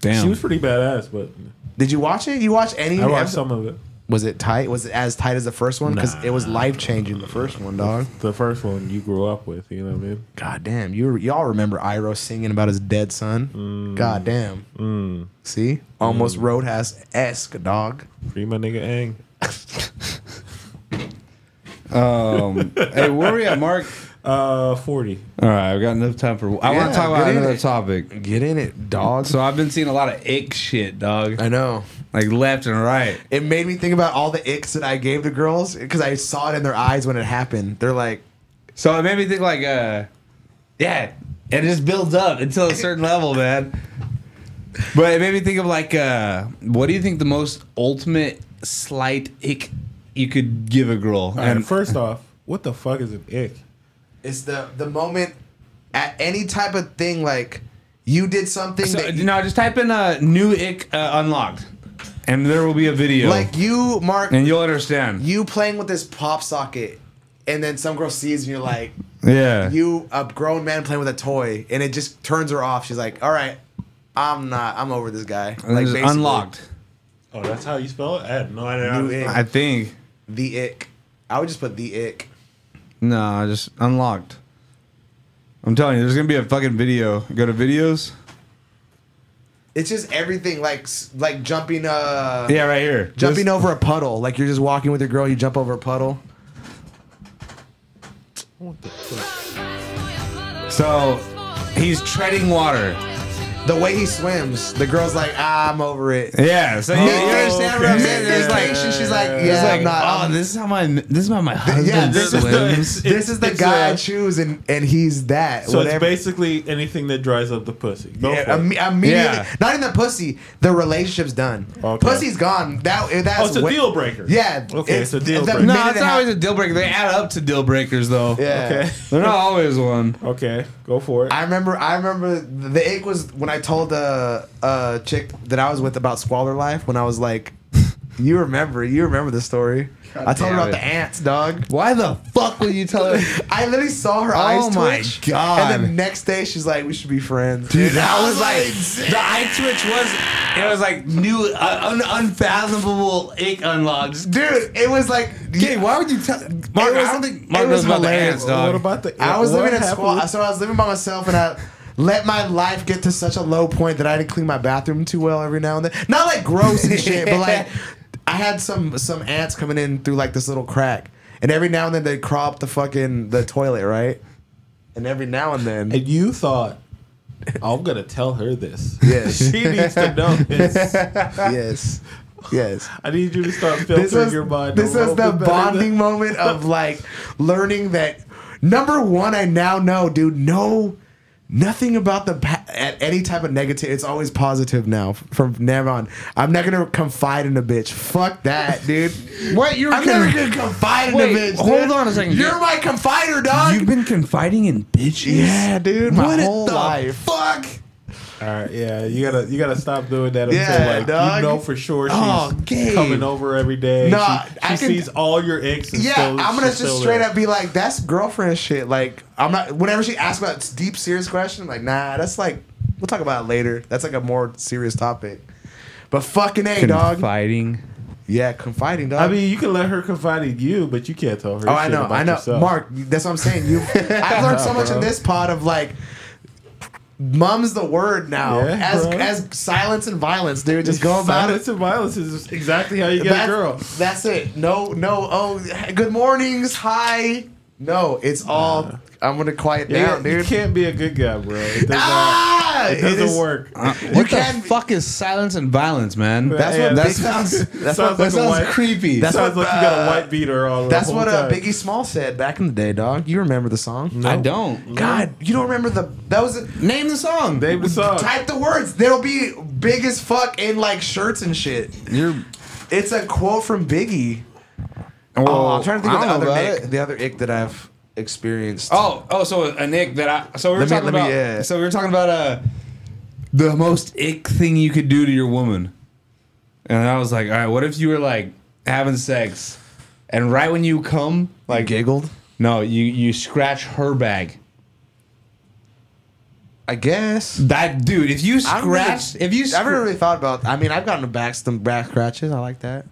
Speaker 1: Damn.
Speaker 2: She was pretty badass, but
Speaker 3: Did you watch it? You watched any?
Speaker 2: I watched
Speaker 3: episode?
Speaker 2: some of it.
Speaker 3: Was it tight? Was it as tight as the first one? Because
Speaker 2: Nah. Mm.
Speaker 3: it was life changing. The first one, dog.
Speaker 2: The first one you grew up with, you know what I mean?
Speaker 3: God damn, you y'all remember Iroh singing about his dead son? God damn. See, almost Roadhouse esque, dog.
Speaker 2: Free my nigga Ang.
Speaker 1: Um, hey, where we at, [LAUGHS] Mark?
Speaker 2: Uh, 40.
Speaker 1: All right, I've got enough time for. I want
Speaker 3: Yeah,
Speaker 1: to talk about
Speaker 3: get in
Speaker 1: another
Speaker 3: it.
Speaker 1: topic.
Speaker 3: Get in it, dog.
Speaker 1: So I've been seeing a lot of ick shit, dog.
Speaker 3: I know.
Speaker 1: Like left and right.
Speaker 3: It made me think about all the icks that I gave to girls because I saw it in their eyes when it happened. They're like,
Speaker 1: So it made me think like, uh, yeah, it just builds up until a certain [LAUGHS] level, man. But it made me think of like, uh, what do you think the most ultimate slight ick you could give a girl?
Speaker 2: All right, first off, what the fuck is an ick?
Speaker 3: it's the the moment at any type of thing like you did something
Speaker 1: so,
Speaker 3: that
Speaker 1: no, just type in uh, new ick uh, unlocked, and there will be a video,
Speaker 3: like you Mark
Speaker 1: and you'll understand.
Speaker 3: you playing with this pop socket and then some girl sees and you're like
Speaker 1: yeah,
Speaker 3: you a grown man playing with a toy and it just turns her off. She's like, all right. I'm not. I'm over this guy.
Speaker 1: And
Speaker 3: like
Speaker 1: it's
Speaker 3: basically,
Speaker 1: unlocked.
Speaker 2: Oh, that's how you spell it? I had no idea.
Speaker 3: New ick.
Speaker 1: I think.
Speaker 3: The ick. I would just put the ick.
Speaker 1: No, I just unlocked. I'm telling you, there's gonna be a fucking video. Go to videos.
Speaker 3: It's just everything like s- like jumping. Uh,
Speaker 1: Yeah, right here.
Speaker 3: Jumping
Speaker 1: This-
Speaker 3: over a puddle, like you're just walking with your girl, you jump over a puddle.
Speaker 1: So he's treading water.
Speaker 3: The way he swims, the girl's like, ah, I'm over it.
Speaker 1: Yeah. So you, you understand what I'm saying? There's like,
Speaker 3: Mid-vacation,
Speaker 1: it's
Speaker 3: she's like, yeah,
Speaker 1: like,
Speaker 3: I'm not.
Speaker 1: oh,
Speaker 3: I'm-
Speaker 1: this is how my this is how my husband
Speaker 3: yeah, this is the,
Speaker 1: swims.
Speaker 2: It's-
Speaker 3: [LAUGHS] this is the
Speaker 2: it's
Speaker 3: guy
Speaker 2: a-
Speaker 3: I choose, and and he's that.
Speaker 2: So it's
Speaker 3: whatever.
Speaker 2: basically anything that dries up the pussy. Go
Speaker 3: Yeah,
Speaker 2: for it.
Speaker 3: imme- immediately,
Speaker 1: Yeah.
Speaker 3: not even the pussy. The relationship's done.
Speaker 2: Okay.
Speaker 3: Pussy's gone. That that's
Speaker 2: oh, it's a
Speaker 3: what-
Speaker 2: deal breaker.
Speaker 3: Yeah.
Speaker 2: Okay, it's, a deal
Speaker 1: [LAUGHS]
Speaker 3: the
Speaker 2: breaker.
Speaker 3: minute
Speaker 1: no, it's
Speaker 3: it hap-
Speaker 1: always a deal breaker. They add up to deal breakers though.
Speaker 3: Yeah.
Speaker 2: Okay.
Speaker 1: They're not always one.
Speaker 2: Okay, go for it.
Speaker 3: I remember. I remember the ick was when I told the uh, chick that I was with about squalor life. When I was like, [LAUGHS] "You remember? You remember the story?" I told her
Speaker 1: damn
Speaker 3: about
Speaker 1: it.
Speaker 3: the ants, dog.
Speaker 1: Why the fuck would you tell her?
Speaker 3: I literally saw her eyes
Speaker 1: Oh my
Speaker 3: twitch.
Speaker 1: God.
Speaker 3: And the next day, she's like, "We should be friends."
Speaker 1: [LAUGHS] Dude, that was like the eye twitch was. It was like new, uh, un- unfathomable ick unlocked.
Speaker 3: dude, it was like.
Speaker 1: why would you tell? Mark,
Speaker 3: It was-
Speaker 1: I don't think
Speaker 3: it
Speaker 1: Mark knows
Speaker 3: was
Speaker 1: about the
Speaker 3: hilarious.
Speaker 1: ants, dog.
Speaker 2: What about the?
Speaker 3: I was
Speaker 2: what
Speaker 3: living at
Speaker 2: happened
Speaker 3: squalor,
Speaker 2: with-
Speaker 3: so I was living by myself, and I let my life get to such a low point that I didn't clean my bathroom too well every now and then. Not like gross and shit, but
Speaker 1: [LAUGHS]
Speaker 3: like I had some some ants coming in through like this little crack, and every now and then they would crawl up the fucking the toilet, right? And every now and
Speaker 1: [LAUGHS]
Speaker 3: then,
Speaker 2: and you thought, I'm gonna tell her this.
Speaker 3: [LAUGHS] Yes.
Speaker 2: [LAUGHS] she needs to know this.
Speaker 3: yes, yes.
Speaker 2: I need you to start filtering
Speaker 3: This was
Speaker 2: your mind.
Speaker 3: this
Speaker 2: a
Speaker 3: was
Speaker 2: little bit
Speaker 3: the
Speaker 2: better
Speaker 3: bonding
Speaker 2: than-
Speaker 3: moment
Speaker 1: [LAUGHS]
Speaker 3: of like learning that number one. I now know, dude. No, nothing about the pa- at any type of negative. It's always positive now. From now on, I'm not gonna confide in a bitch. Fuck that, dude.
Speaker 1: What [LAUGHS] you're
Speaker 3: I'm never gonna confide in
Speaker 1: Wait,
Speaker 3: a bitch.
Speaker 1: hold
Speaker 3: dude.
Speaker 1: on a second.
Speaker 3: You're my confider, dog.
Speaker 1: You've been confiding in bitches.
Speaker 3: yeah, dude. My
Speaker 1: What
Speaker 3: whole
Speaker 1: the
Speaker 3: life.
Speaker 1: Fuck.
Speaker 2: All right, yeah, you gotta you gotta stop doing that
Speaker 3: Yeah,
Speaker 2: until like
Speaker 3: dog.
Speaker 2: you know for sure she's
Speaker 3: Oh, Gabe.
Speaker 2: coming over every day.
Speaker 3: Nah,
Speaker 2: she, she
Speaker 3: I can-
Speaker 2: sees all your icks. And
Speaker 3: Yeah,
Speaker 2: still-
Speaker 3: I'm gonna
Speaker 2: she's
Speaker 3: just
Speaker 2: still
Speaker 3: straight
Speaker 2: there.
Speaker 3: up be like, "That's girlfriend shit." Like, I'm not. Whenever she asks about deep, serious question, I'm like, "Nah, that's like, we'll talk about it later. That's like a more serious topic." But fucking a dog.
Speaker 1: Confiding.
Speaker 3: Yeah, confiding dog.
Speaker 2: I mean, you can let her confide in you, but you can't tell her.
Speaker 3: oh, I
Speaker 2: shit
Speaker 3: know,
Speaker 2: about
Speaker 3: I know,
Speaker 2: yourself.
Speaker 3: Mark. That's what I'm
Speaker 2: [LAUGHS]
Speaker 3: saying. You, I've learned so much in
Speaker 2: bro.
Speaker 3: this pod of like, mum's the word now.
Speaker 2: Yeah,
Speaker 3: as
Speaker 2: bro.
Speaker 3: as silence and violence, dude. Just go about it.
Speaker 2: Silence and violence is exactly how you get
Speaker 3: That's,
Speaker 2: a girl.
Speaker 3: that's it. No, no. Oh, good mornings. Hi. No, it's all. I'm gonna quiet down,
Speaker 2: you
Speaker 3: dude.
Speaker 2: can't be a good guy, bro. It does not-
Speaker 3: Ah! Yeah,
Speaker 2: it doesn't
Speaker 3: is-
Speaker 2: work.
Speaker 1: what the
Speaker 3: can't-
Speaker 1: fuck is silence and violence, man?
Speaker 2: That's
Speaker 3: what
Speaker 1: that
Speaker 3: big-
Speaker 1: sounds.
Speaker 3: that's
Speaker 2: sounds
Speaker 1: that
Speaker 2: like a
Speaker 1: sounds
Speaker 2: white-
Speaker 1: creepy.
Speaker 3: That's
Speaker 2: sounds
Speaker 3: what,
Speaker 2: like you got a white beater all
Speaker 3: That's
Speaker 2: the
Speaker 3: what
Speaker 2: whole
Speaker 3: uh,
Speaker 2: time.
Speaker 3: Biggie Small said back in the day, dog. You remember the song?
Speaker 1: I don't.
Speaker 3: God, you don't remember the that was
Speaker 1: Name the song.
Speaker 2: Name the song.
Speaker 3: type the words. There'll be big as fuck in like shirts and shit.
Speaker 1: You're.
Speaker 3: It's a quote from Biggie. oh, I'm trying to think
Speaker 1: I don't
Speaker 3: of the
Speaker 1: know
Speaker 3: other
Speaker 1: about
Speaker 3: ick,
Speaker 1: it.
Speaker 3: the other ick that I've experienced.
Speaker 1: Oh, oh, so a Nick that I. So we were
Speaker 3: Let me-
Speaker 1: talking
Speaker 3: let me,
Speaker 1: about.
Speaker 3: yeah.
Speaker 1: So we were talking about uh, the most ick thing you could do to your woman, and I was like, all right, what if you were like having sex, and right when you come,
Speaker 3: like giggled.
Speaker 1: no, you you scratch her bag.
Speaker 3: I guess.
Speaker 1: That dude, if you
Speaker 3: I've never-
Speaker 1: scratch, if you
Speaker 3: I've never
Speaker 1: scr-
Speaker 3: really thought about. I mean, I've gotten a back some back scratches. I like
Speaker 2: [LAUGHS]
Speaker 3: that.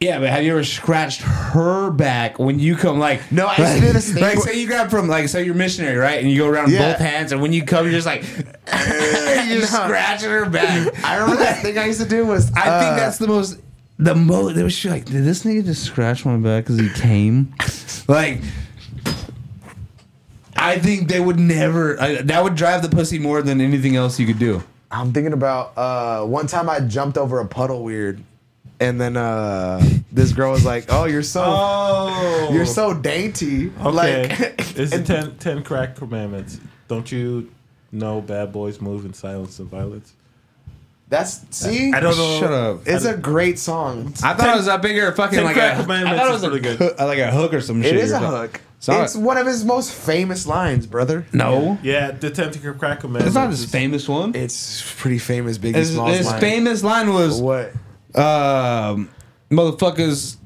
Speaker 1: Yeah, but have you ever scratched her back when you come like
Speaker 3: No, I used to do this
Speaker 1: [LAUGHS]
Speaker 3: thing
Speaker 1: Like
Speaker 3: where-
Speaker 1: say you grab from like say you're missionary, right? And you go around with
Speaker 3: Yeah.
Speaker 1: both hands and when you come you're just
Speaker 3: [LAUGHS]
Speaker 1: like you're [LAUGHS]
Speaker 3: No.
Speaker 1: scratching her back.
Speaker 3: I remember that thing I used to do was.
Speaker 1: I
Speaker 3: uh,
Speaker 1: think that's the most the most they was like, did this nigga just scratch my back because he came? [LAUGHS] like I think they would never I, that would drive the pussy more than anything else you could do.
Speaker 3: I'm thinking about uh, one time I jumped over a puddle weird, and then uh, this girl was like, "Oh, you're so
Speaker 2: Oh,
Speaker 3: you're so dainty."
Speaker 2: okay. [LAUGHS]
Speaker 3: Like,
Speaker 2: it's the
Speaker 3: and-
Speaker 2: ten, 10 crack commandments. Don't you know bad boys move in silence and violence?
Speaker 3: that's see.
Speaker 2: I don't know.
Speaker 1: Shut up.
Speaker 3: It's a great song.
Speaker 1: I thought
Speaker 2: Ten-
Speaker 1: it was a bigger fucking
Speaker 2: Ten
Speaker 1: like
Speaker 2: Crack
Speaker 1: a, I
Speaker 2: Commandments
Speaker 1: thought it
Speaker 2: is
Speaker 1: was a
Speaker 2: pretty good.
Speaker 1: good. like a hook or some shit.
Speaker 3: It is
Speaker 1: or
Speaker 3: a
Speaker 1: something.
Speaker 3: hook.
Speaker 1: Sorry.
Speaker 3: It's one of his most famous lines, brother.
Speaker 1: No,
Speaker 2: Yeah, the 10 crack commandments.
Speaker 1: it's not his famous one.
Speaker 3: It's pretty famous. Biggie
Speaker 1: His,
Speaker 3: Smalls
Speaker 1: his
Speaker 3: line.
Speaker 1: famous line was,
Speaker 3: What?
Speaker 1: um, "Motherfuckers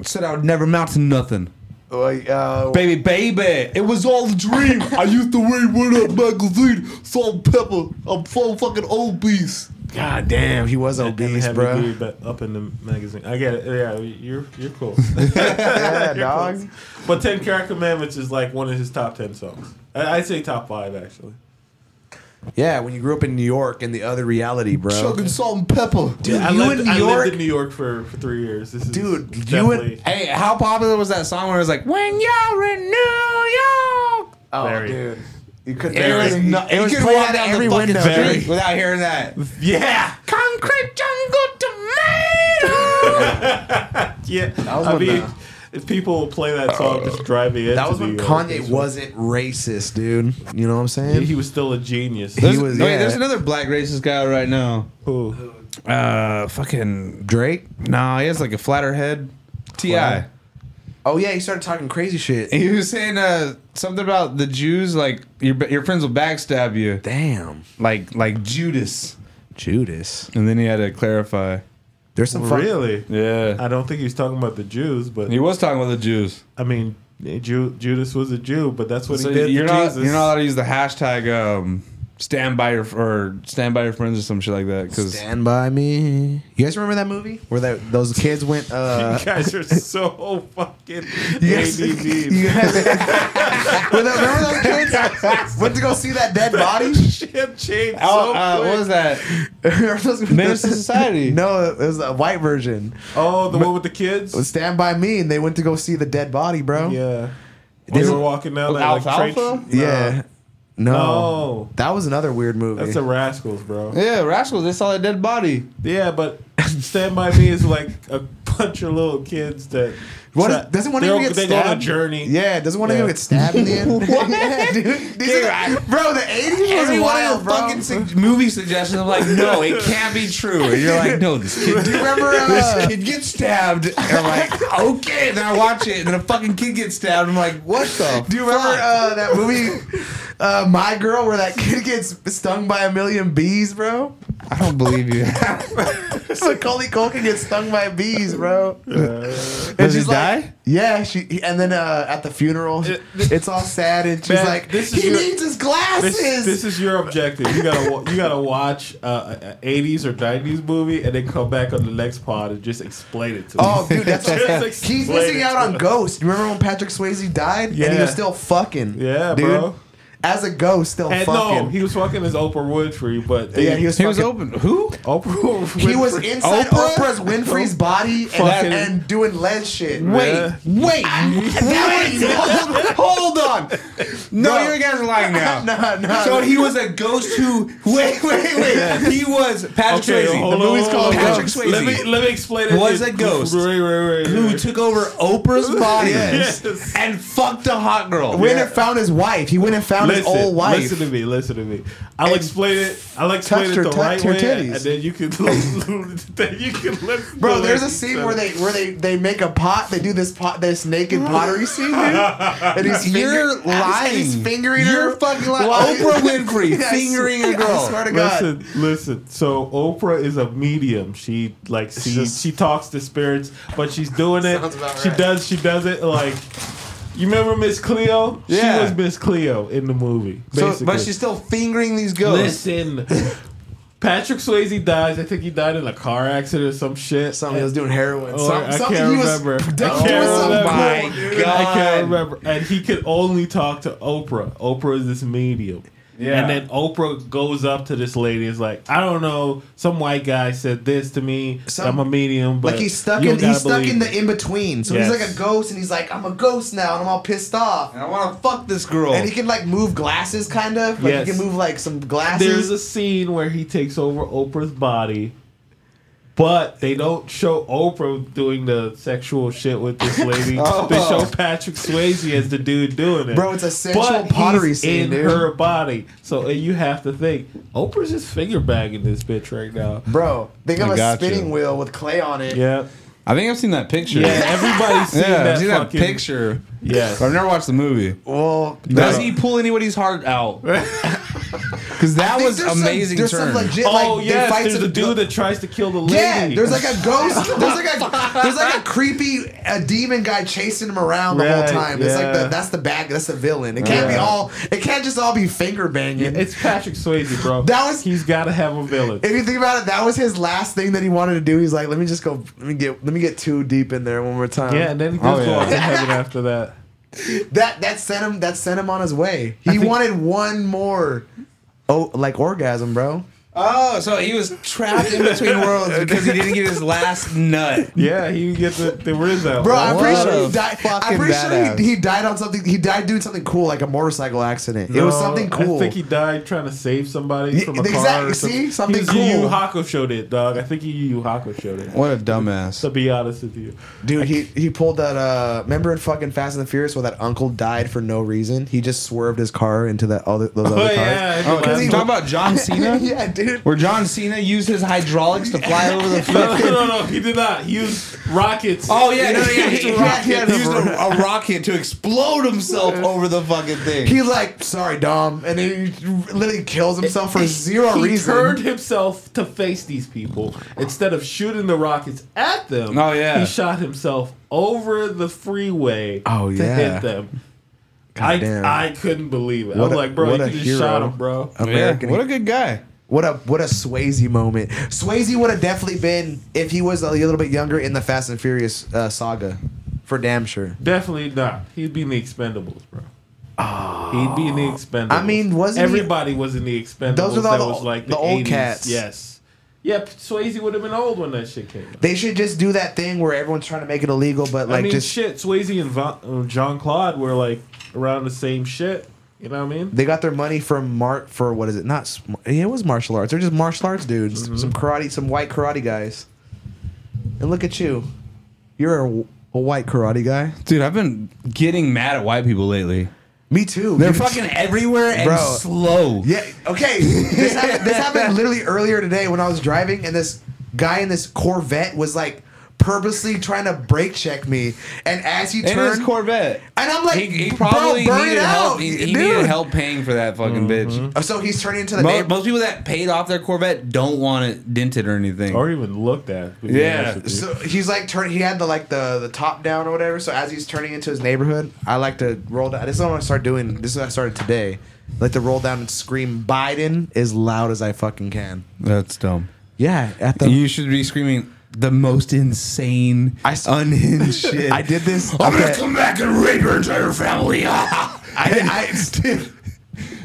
Speaker 1: said I would never amount to nothing."
Speaker 3: Like, uh,
Speaker 1: Baby, baby, it was all a dream. I used to read Word Up magazine, salt and pepper. I'm so fucking obese.
Speaker 3: God damn, he was
Speaker 2: And
Speaker 3: obese,
Speaker 2: have
Speaker 3: bro.
Speaker 2: you be up in the magazine. I get it. Yeah, you're you're [LAUGHS] cool. [LAUGHS]
Speaker 3: Yeah,
Speaker 2: You're
Speaker 3: dog.
Speaker 2: close. But Ten Crack Commandments is like one of his top ten songs. I, I'd say top five actually.
Speaker 3: Yeah, when you grew up in New York and the other reality, bro.
Speaker 1: Chugging salt and pepper.
Speaker 3: Dude,
Speaker 2: I
Speaker 3: you
Speaker 2: lived,
Speaker 3: in New
Speaker 2: I
Speaker 3: York-
Speaker 2: lived in New York for, for three years. This is
Speaker 3: Dude, you in-
Speaker 2: definitely-
Speaker 1: Hey, how popular was that song where it was like, "When you're in New York"?
Speaker 3: Oh,
Speaker 2: Very.
Speaker 3: dude. You could
Speaker 1: It was,
Speaker 3: barely-
Speaker 1: no,
Speaker 3: you
Speaker 1: you
Speaker 3: could
Speaker 1: could
Speaker 3: play
Speaker 1: walk
Speaker 3: out
Speaker 1: down
Speaker 3: every
Speaker 1: the fucking
Speaker 3: window.
Speaker 1: street
Speaker 2: Very.
Speaker 1: without hearing that.
Speaker 2: yeah,
Speaker 1: Concrete jungle
Speaker 2: [LAUGHS]
Speaker 1: tomato.
Speaker 2: [LAUGHS] yeah.
Speaker 3: was
Speaker 2: I
Speaker 3: when,
Speaker 2: mean,
Speaker 3: uh,
Speaker 2: if people play that song
Speaker 1: Uh,
Speaker 2: just driving in.
Speaker 3: That
Speaker 2: to
Speaker 3: was when
Speaker 2: New York,
Speaker 3: Kanye
Speaker 2: it's-
Speaker 3: wasn't racist, dude. You know what I'm
Speaker 2: Yeah,
Speaker 3: saying?
Speaker 2: he was still a genius.
Speaker 3: He
Speaker 1: there's,
Speaker 3: was-
Speaker 1: wait,
Speaker 3: yeah.
Speaker 1: there's another black racist guy right now.
Speaker 2: Who?
Speaker 1: Uh, fucking.
Speaker 3: Drake?
Speaker 1: Nah, he has like a flatter head. Ti.
Speaker 3: Flatter? Oh yeah, he started talking crazy shit.
Speaker 1: He was saying uh something about the Jews. Like your your friends will backstab you.
Speaker 3: Damn,
Speaker 1: Like like Judas.
Speaker 3: Judas.
Speaker 1: And then he had to clarify.
Speaker 3: There's some fuck-
Speaker 2: Really?
Speaker 1: Yeah.
Speaker 2: I don't think he was talking about the Jews, but
Speaker 1: He was talking about the Jews.
Speaker 2: I mean, Ju- Judas was a Jew, but that's what
Speaker 1: So
Speaker 2: he did
Speaker 1: you're
Speaker 2: to
Speaker 1: not
Speaker 2: Jesus.
Speaker 1: you're not allowed to use the hashtag um stand by your or stand by your friends or some shit like that because
Speaker 3: Stand by me. You guys remember that movie where that those kids went?
Speaker 2: [LAUGHS] [LAUGHS]
Speaker 3: Uh,
Speaker 2: you
Speaker 1: [LAUGHS]
Speaker 2: guys are so fucking
Speaker 3: Yes. [LAUGHS]
Speaker 2: ADD.
Speaker 3: you
Speaker 1: [LAUGHS]
Speaker 3: guys, Were that- remember those kids went to go see that dead body?
Speaker 2: Shit changed
Speaker 1: oh
Speaker 2: so
Speaker 1: uh,
Speaker 2: quick.
Speaker 1: what was that [LAUGHS] Menace to Society.
Speaker 3: No, it was a white version.
Speaker 2: Oh, the one with the kids.
Speaker 3: It was Stand by Me, and they went to go see the dead body, bro.
Speaker 2: yeah, they
Speaker 3: Is
Speaker 2: were
Speaker 3: it-
Speaker 2: walking down that like,
Speaker 1: Alfalfa?
Speaker 2: train. No.
Speaker 3: Yeah. Oh. No.
Speaker 2: No.
Speaker 3: That was another weird movie.
Speaker 2: that's the Rascals, bro.
Speaker 1: yeah rascals they saw a dead body
Speaker 2: Yeah, but Stand by Me is like a bunch of little kids that.
Speaker 3: What
Speaker 2: try-
Speaker 3: is- doesn't one of
Speaker 2: they're-
Speaker 3: you get
Speaker 2: They go on a
Speaker 3: stabbed?
Speaker 2: journey.
Speaker 3: yeah, doesn't one of
Speaker 2: Yeah.
Speaker 3: you get stabbed
Speaker 1: [LAUGHS]
Speaker 3: in the end? [LAUGHS] yeah, dude. These are the- bro, the 80s was
Speaker 1: Every one of
Speaker 3: wild,
Speaker 1: your
Speaker 3: bro.
Speaker 1: fucking su- movie suggestions, I'm like, no, [LAUGHS] it can't be true. And you're like, no, this kid,
Speaker 3: Do
Speaker 1: [LAUGHS]
Speaker 3: you remember?
Speaker 1: this
Speaker 3: Uh,
Speaker 1: kid gets stabbed. And I'm like, okay. And then I watch it, and then a fucking kid gets stabbed. I'm like, what the?
Speaker 3: do you remember
Speaker 1: fuck?
Speaker 3: uh, that movie, uh, My Girl, where that kid gets stung by a million bees, bro?
Speaker 1: I don't believe [LAUGHS] you.
Speaker 3: Macaulay Culkin gets stung by bees, bro.
Speaker 2: Uh,
Speaker 3: And
Speaker 1: Does he
Speaker 3: she's like-
Speaker 1: die?
Speaker 3: Yeah, she he- and then uh, at the funeral,
Speaker 2: It-
Speaker 3: it's all sad, and she's
Speaker 2: Man,
Speaker 3: like,
Speaker 2: this is
Speaker 3: "He
Speaker 2: your-
Speaker 3: needs his glasses."
Speaker 2: this, this is your objective. You gotta wa- you gotta watch uh, a- a '80s or '90s movie and then come back on the next pod and just explain it to
Speaker 3: Oh,
Speaker 2: us. [LAUGHS]
Speaker 3: dude, that's what
Speaker 2: Just
Speaker 3: He's
Speaker 2: explain
Speaker 3: missing
Speaker 2: it
Speaker 3: out
Speaker 2: to
Speaker 3: on
Speaker 2: us.
Speaker 3: Ghost. You remember when Patrick Swayze died and he
Speaker 2: Yeah.
Speaker 3: was still fucking?
Speaker 2: Yeah, bro.
Speaker 3: as a ghost still
Speaker 2: And
Speaker 3: fucking.
Speaker 2: no, he was fucking as Oprah Winfrey, but
Speaker 3: yeah, he was.
Speaker 1: He was
Speaker 3: fucking-
Speaker 1: open. Who?
Speaker 2: Oprah. [LAUGHS] Winfrey.
Speaker 3: He was inside
Speaker 1: Oprah?
Speaker 3: Oprah's Winfrey's body
Speaker 2: Fucking-
Speaker 3: and, and doing lead shit.
Speaker 2: Wait, [LAUGHS]
Speaker 1: Wait, hold on. No,
Speaker 3: No.
Speaker 1: you guys are [LAUGHS] lying now.
Speaker 3: No, no.
Speaker 1: So he was a ghost who. Wait, wait, [LAUGHS] wait. He was Patrick
Speaker 2: okay,
Speaker 1: Swayze.
Speaker 2: hold
Speaker 1: The
Speaker 2: on,
Speaker 1: movie's
Speaker 2: hold
Speaker 1: called
Speaker 2: on,
Speaker 1: Patrick
Speaker 2: hold on. Let me
Speaker 1: Swayze.
Speaker 2: let me explain it.
Speaker 1: Was a ghost.
Speaker 2: Right, right, right.
Speaker 1: Who
Speaker 2: right.
Speaker 1: took over Oprah's body
Speaker 2: Yes.
Speaker 1: and fucked a hot girl.
Speaker 3: Went and found his wife. He went and found his old wife.
Speaker 2: Listen to me. Listen to me. I'll
Speaker 3: And
Speaker 2: explain it. I'll explain
Speaker 3: touched
Speaker 2: it
Speaker 3: her
Speaker 2: the
Speaker 3: tit-
Speaker 2: right
Speaker 3: her
Speaker 2: way,
Speaker 3: titties.
Speaker 2: and then you can [LAUGHS] then you can listen.
Speaker 3: Bro,
Speaker 2: to
Speaker 3: there's
Speaker 2: it.
Speaker 3: a scene where they where they they make a pot. They do this pot, this naked pottery scene, dude.
Speaker 2: [LAUGHS]
Speaker 3: And he's
Speaker 1: You're
Speaker 3: finger-
Speaker 1: lying.
Speaker 3: He's fingering
Speaker 1: You're
Speaker 3: her.
Speaker 1: fucking lying.
Speaker 3: Why-
Speaker 1: Oprah Winfrey
Speaker 3: [LAUGHS] Yeah, I
Speaker 1: fingering
Speaker 3: swear-
Speaker 1: a girl.
Speaker 3: I swear to God.
Speaker 2: Listen, listen. So Oprah is a medium. She like sees,
Speaker 3: just-
Speaker 2: she talks to spirits, but she's doing it.
Speaker 3: Sounds about
Speaker 2: She
Speaker 3: right.
Speaker 2: does, she does it like. You remember Miss Cleo?
Speaker 1: Yeah.
Speaker 2: She was Miss Cleo in the movie. Basically.
Speaker 1: So, but she's still fingering these ghosts.
Speaker 2: listen. Patrick Swayze dies. I think he died in a car accident or some shit.
Speaker 3: Something he was doing heroin.
Speaker 2: Or
Speaker 3: Some-
Speaker 2: I
Speaker 3: something
Speaker 2: can't
Speaker 3: he was
Speaker 2: remember. I
Speaker 3: doing
Speaker 2: can't
Speaker 3: something
Speaker 2: remember.
Speaker 1: My
Speaker 3: cool, dude.
Speaker 1: God.
Speaker 2: I can't remember. And he could only talk to Oprah. Oprah is this medium.
Speaker 1: Yeah.
Speaker 2: And then Oprah goes up to this lady and is like, I don't know, some white guy said this to me.
Speaker 3: Some-
Speaker 2: I'm a medium, but
Speaker 3: Like he's stuck
Speaker 2: you
Speaker 3: in
Speaker 2: gotta
Speaker 3: he's stuck
Speaker 2: believe
Speaker 3: in the
Speaker 2: me."
Speaker 3: in between. So
Speaker 2: Yes.
Speaker 3: he's like a ghost, and he's like, I'm a ghost now, and I'm all pissed off.
Speaker 1: And I want to fuck this girl.
Speaker 3: And he can like move glasses, kind of. Like
Speaker 2: Oh. Yes.
Speaker 3: he can move like some
Speaker 2: There's
Speaker 3: glasses.
Speaker 2: a scene where he takes over Oprah's body, but they don't show Oprah doing the sexual shit with
Speaker 3: [LAUGHS]
Speaker 2: this lady. They show Patrick Swayze as the dude doing it.
Speaker 3: Oh. Bro, it's a sexual pottery scene,
Speaker 2: in
Speaker 3: dude.
Speaker 2: her body. So uh, you have to think Oprah's just finger bagging this bitch right now.
Speaker 3: Bro, think of
Speaker 1: I
Speaker 3: a
Speaker 1: got you.
Speaker 3: spinning wheel with clay on it.
Speaker 2: Yeah,
Speaker 1: I think I've seen that picture.
Speaker 2: yeah.
Speaker 1: [LAUGHS]
Speaker 2: Everybody's seen
Speaker 1: Yeah,
Speaker 2: that,
Speaker 1: I've seen that
Speaker 2: fucking
Speaker 1: picture.
Speaker 2: Yes.
Speaker 1: But I've never watched the movie.
Speaker 3: Well,
Speaker 1: Does
Speaker 2: No.
Speaker 1: he pull anybody's heart [LAUGHS] out? Because that
Speaker 3: I think
Speaker 1: was
Speaker 3: there's some-
Speaker 1: amazing.
Speaker 3: there's
Speaker 1: turn.
Speaker 3: some legit like
Speaker 2: Oh
Speaker 3: they
Speaker 2: yes,
Speaker 3: fight
Speaker 2: there's
Speaker 3: some
Speaker 2: a dude
Speaker 3: gl-
Speaker 2: that tries to kill the lady.
Speaker 3: Yeah, there's like a ghost. There's like a there's like a creepy a demon guy chasing him around the
Speaker 2: Right,
Speaker 3: whole time. It's like
Speaker 2: yeah.
Speaker 3: the that's the bad that's the villain. It can't be
Speaker 2: Yeah.
Speaker 3: all it can't just all be finger banging.
Speaker 2: It's Patrick Swayze, bro.
Speaker 3: That was-
Speaker 2: he's got to have a villain.
Speaker 3: if you think about it, that was his last thing that he wanted to do. He's like, let me just go let me get let me get too deep in there one more time.
Speaker 2: Yeah, and then he
Speaker 1: Oh,
Speaker 2: does go
Speaker 1: yeah.
Speaker 2: off to heaven after that.
Speaker 3: That that sent him that sent him on his way. He
Speaker 2: think-
Speaker 3: wanted one more oh like orgasm, bro.
Speaker 1: Oh, so he was trapped in between worlds because he didn't get his last nut.
Speaker 2: Yeah, he gets the, the Riz out.
Speaker 3: Bro, I'm
Speaker 1: What
Speaker 3: pretty
Speaker 1: a
Speaker 3: sure he died. I'm
Speaker 1: fucking
Speaker 3: pretty sure
Speaker 1: badass.
Speaker 3: he, he died on something. He died doing something cool, like a motorcycle accident. it was
Speaker 2: No,
Speaker 3: something cool.
Speaker 2: I think he died trying to save somebody
Speaker 3: Yeah,
Speaker 2: from a
Speaker 3: exactly,
Speaker 2: car. Or
Speaker 3: see?
Speaker 2: something.
Speaker 3: Something
Speaker 2: He was Yu Yu
Speaker 3: cool.
Speaker 2: Hakusho showed it, dog. I think he Yu Yu Hakusho showed it.
Speaker 1: What a
Speaker 2: To
Speaker 1: dumbass.
Speaker 2: be honest with you,
Speaker 3: Dude, he, he pulled that. Uh, remember in fucking Fast and the Furious where that uncle died for no reason? He just swerved his car into that other those other
Speaker 2: Oh,
Speaker 3: cars.
Speaker 2: yeah,
Speaker 1: Oh,
Speaker 2: Because
Speaker 1: talking
Speaker 2: he-
Speaker 1: about John Cena?
Speaker 3: [LAUGHS] yeah, dude.
Speaker 1: Where John Cena used his hydraulics to fly over the
Speaker 2: [LAUGHS] no,
Speaker 1: fucking.
Speaker 2: no, no, no, he did not. He used rockets.
Speaker 1: Oh, yeah,
Speaker 2: [LAUGHS]
Speaker 1: no, no, yeah. He,
Speaker 3: He
Speaker 1: [LAUGHS]
Speaker 3: had- he had
Speaker 1: he used
Speaker 3: a-
Speaker 1: a, a rocket to explode himself over the fucking thing.
Speaker 3: He like, sorry, Dom, and then he literally kills himself for zero
Speaker 2: He
Speaker 3: reason.
Speaker 2: turned himself to face these people instead of shooting the rockets at them.
Speaker 1: Oh, yeah.
Speaker 2: he shot himself over the freeway.
Speaker 3: Oh,
Speaker 2: to
Speaker 3: yeah.
Speaker 2: hit them.
Speaker 3: Goddamn.
Speaker 2: I I couldn't believe it. I'm
Speaker 3: What a-
Speaker 2: like, bro,
Speaker 3: what
Speaker 2: you
Speaker 3: a
Speaker 2: just shot
Speaker 3: hero.
Speaker 2: him, bro.
Speaker 1: yeah,
Speaker 3: American.
Speaker 1: what a good guy.
Speaker 3: What a what a Swayze moment. Swayze would have definitely been if he was a little bit younger in the Fast and Furious uh, saga, for damn sure.
Speaker 2: Definitely not. He'd be in the Expendables, bro. He'd be in the Expendables.
Speaker 3: Ah. I mean, wasn't he-
Speaker 2: everybody was in the Expendables?
Speaker 3: Those were the-
Speaker 2: that was like the,
Speaker 3: the old
Speaker 2: 80s.
Speaker 3: cats.
Speaker 2: Yes. Yep. Swayze would have been old when that shit came. out.
Speaker 3: They should just do that thing where everyone's trying to make it illegal, but like
Speaker 2: I mean,
Speaker 3: just
Speaker 2: shit. Swayze and John Claude were like around the same shit. You know what I mean?
Speaker 3: they got their money from Mart for what is it? Not sm- yeah, it was martial arts. They're just martial arts dudes.
Speaker 1: Mm-hmm.
Speaker 3: Some karate, some white karate guys. And look at you, you're a, a white karate guy.
Speaker 1: Dude, I've been getting mad at white people lately.
Speaker 3: Me too.
Speaker 1: They're
Speaker 3: dude.
Speaker 1: fucking everywhere and
Speaker 3: Bro.
Speaker 1: slow.
Speaker 3: [LAUGHS] Yeah. Okay. This happened, this happened literally earlier today when I was driving, and this guy in this Corvette was like purposely trying to brake check me, and as he
Speaker 1: In his
Speaker 3: turned,
Speaker 1: Corvette.
Speaker 3: and I'm like,
Speaker 1: He, he probably
Speaker 3: bro, burn
Speaker 1: needed
Speaker 3: it out,
Speaker 1: help. He, he needed
Speaker 3: dude.
Speaker 1: help paying for that fucking bitch.
Speaker 3: Oh, So he's turning into the
Speaker 1: Most,
Speaker 3: neighbor.
Speaker 1: most people that paid off their Corvette don't want it dented or anything.
Speaker 2: Or even looked at. to be
Speaker 1: Yeah.
Speaker 2: honest with you.
Speaker 3: So he's like turn. He had the like the the top down or whatever. So as he's turning into his neighborhood, I like to roll down. This is what I want to start doing. This is what I started today. I like to roll down and scream Biden as loud as I fucking can.
Speaker 1: That's dumb.
Speaker 3: Yeah, at the.
Speaker 1: You should be screaming the most insane,
Speaker 3: I s-
Speaker 1: unhinged
Speaker 3: [LAUGHS]
Speaker 1: shit.
Speaker 3: [LAUGHS] I
Speaker 1: Oh,
Speaker 3: did this.
Speaker 1: I'm [LAUGHS]
Speaker 3: okay.
Speaker 1: gonna come back and rape your entire family.
Speaker 3: I, I,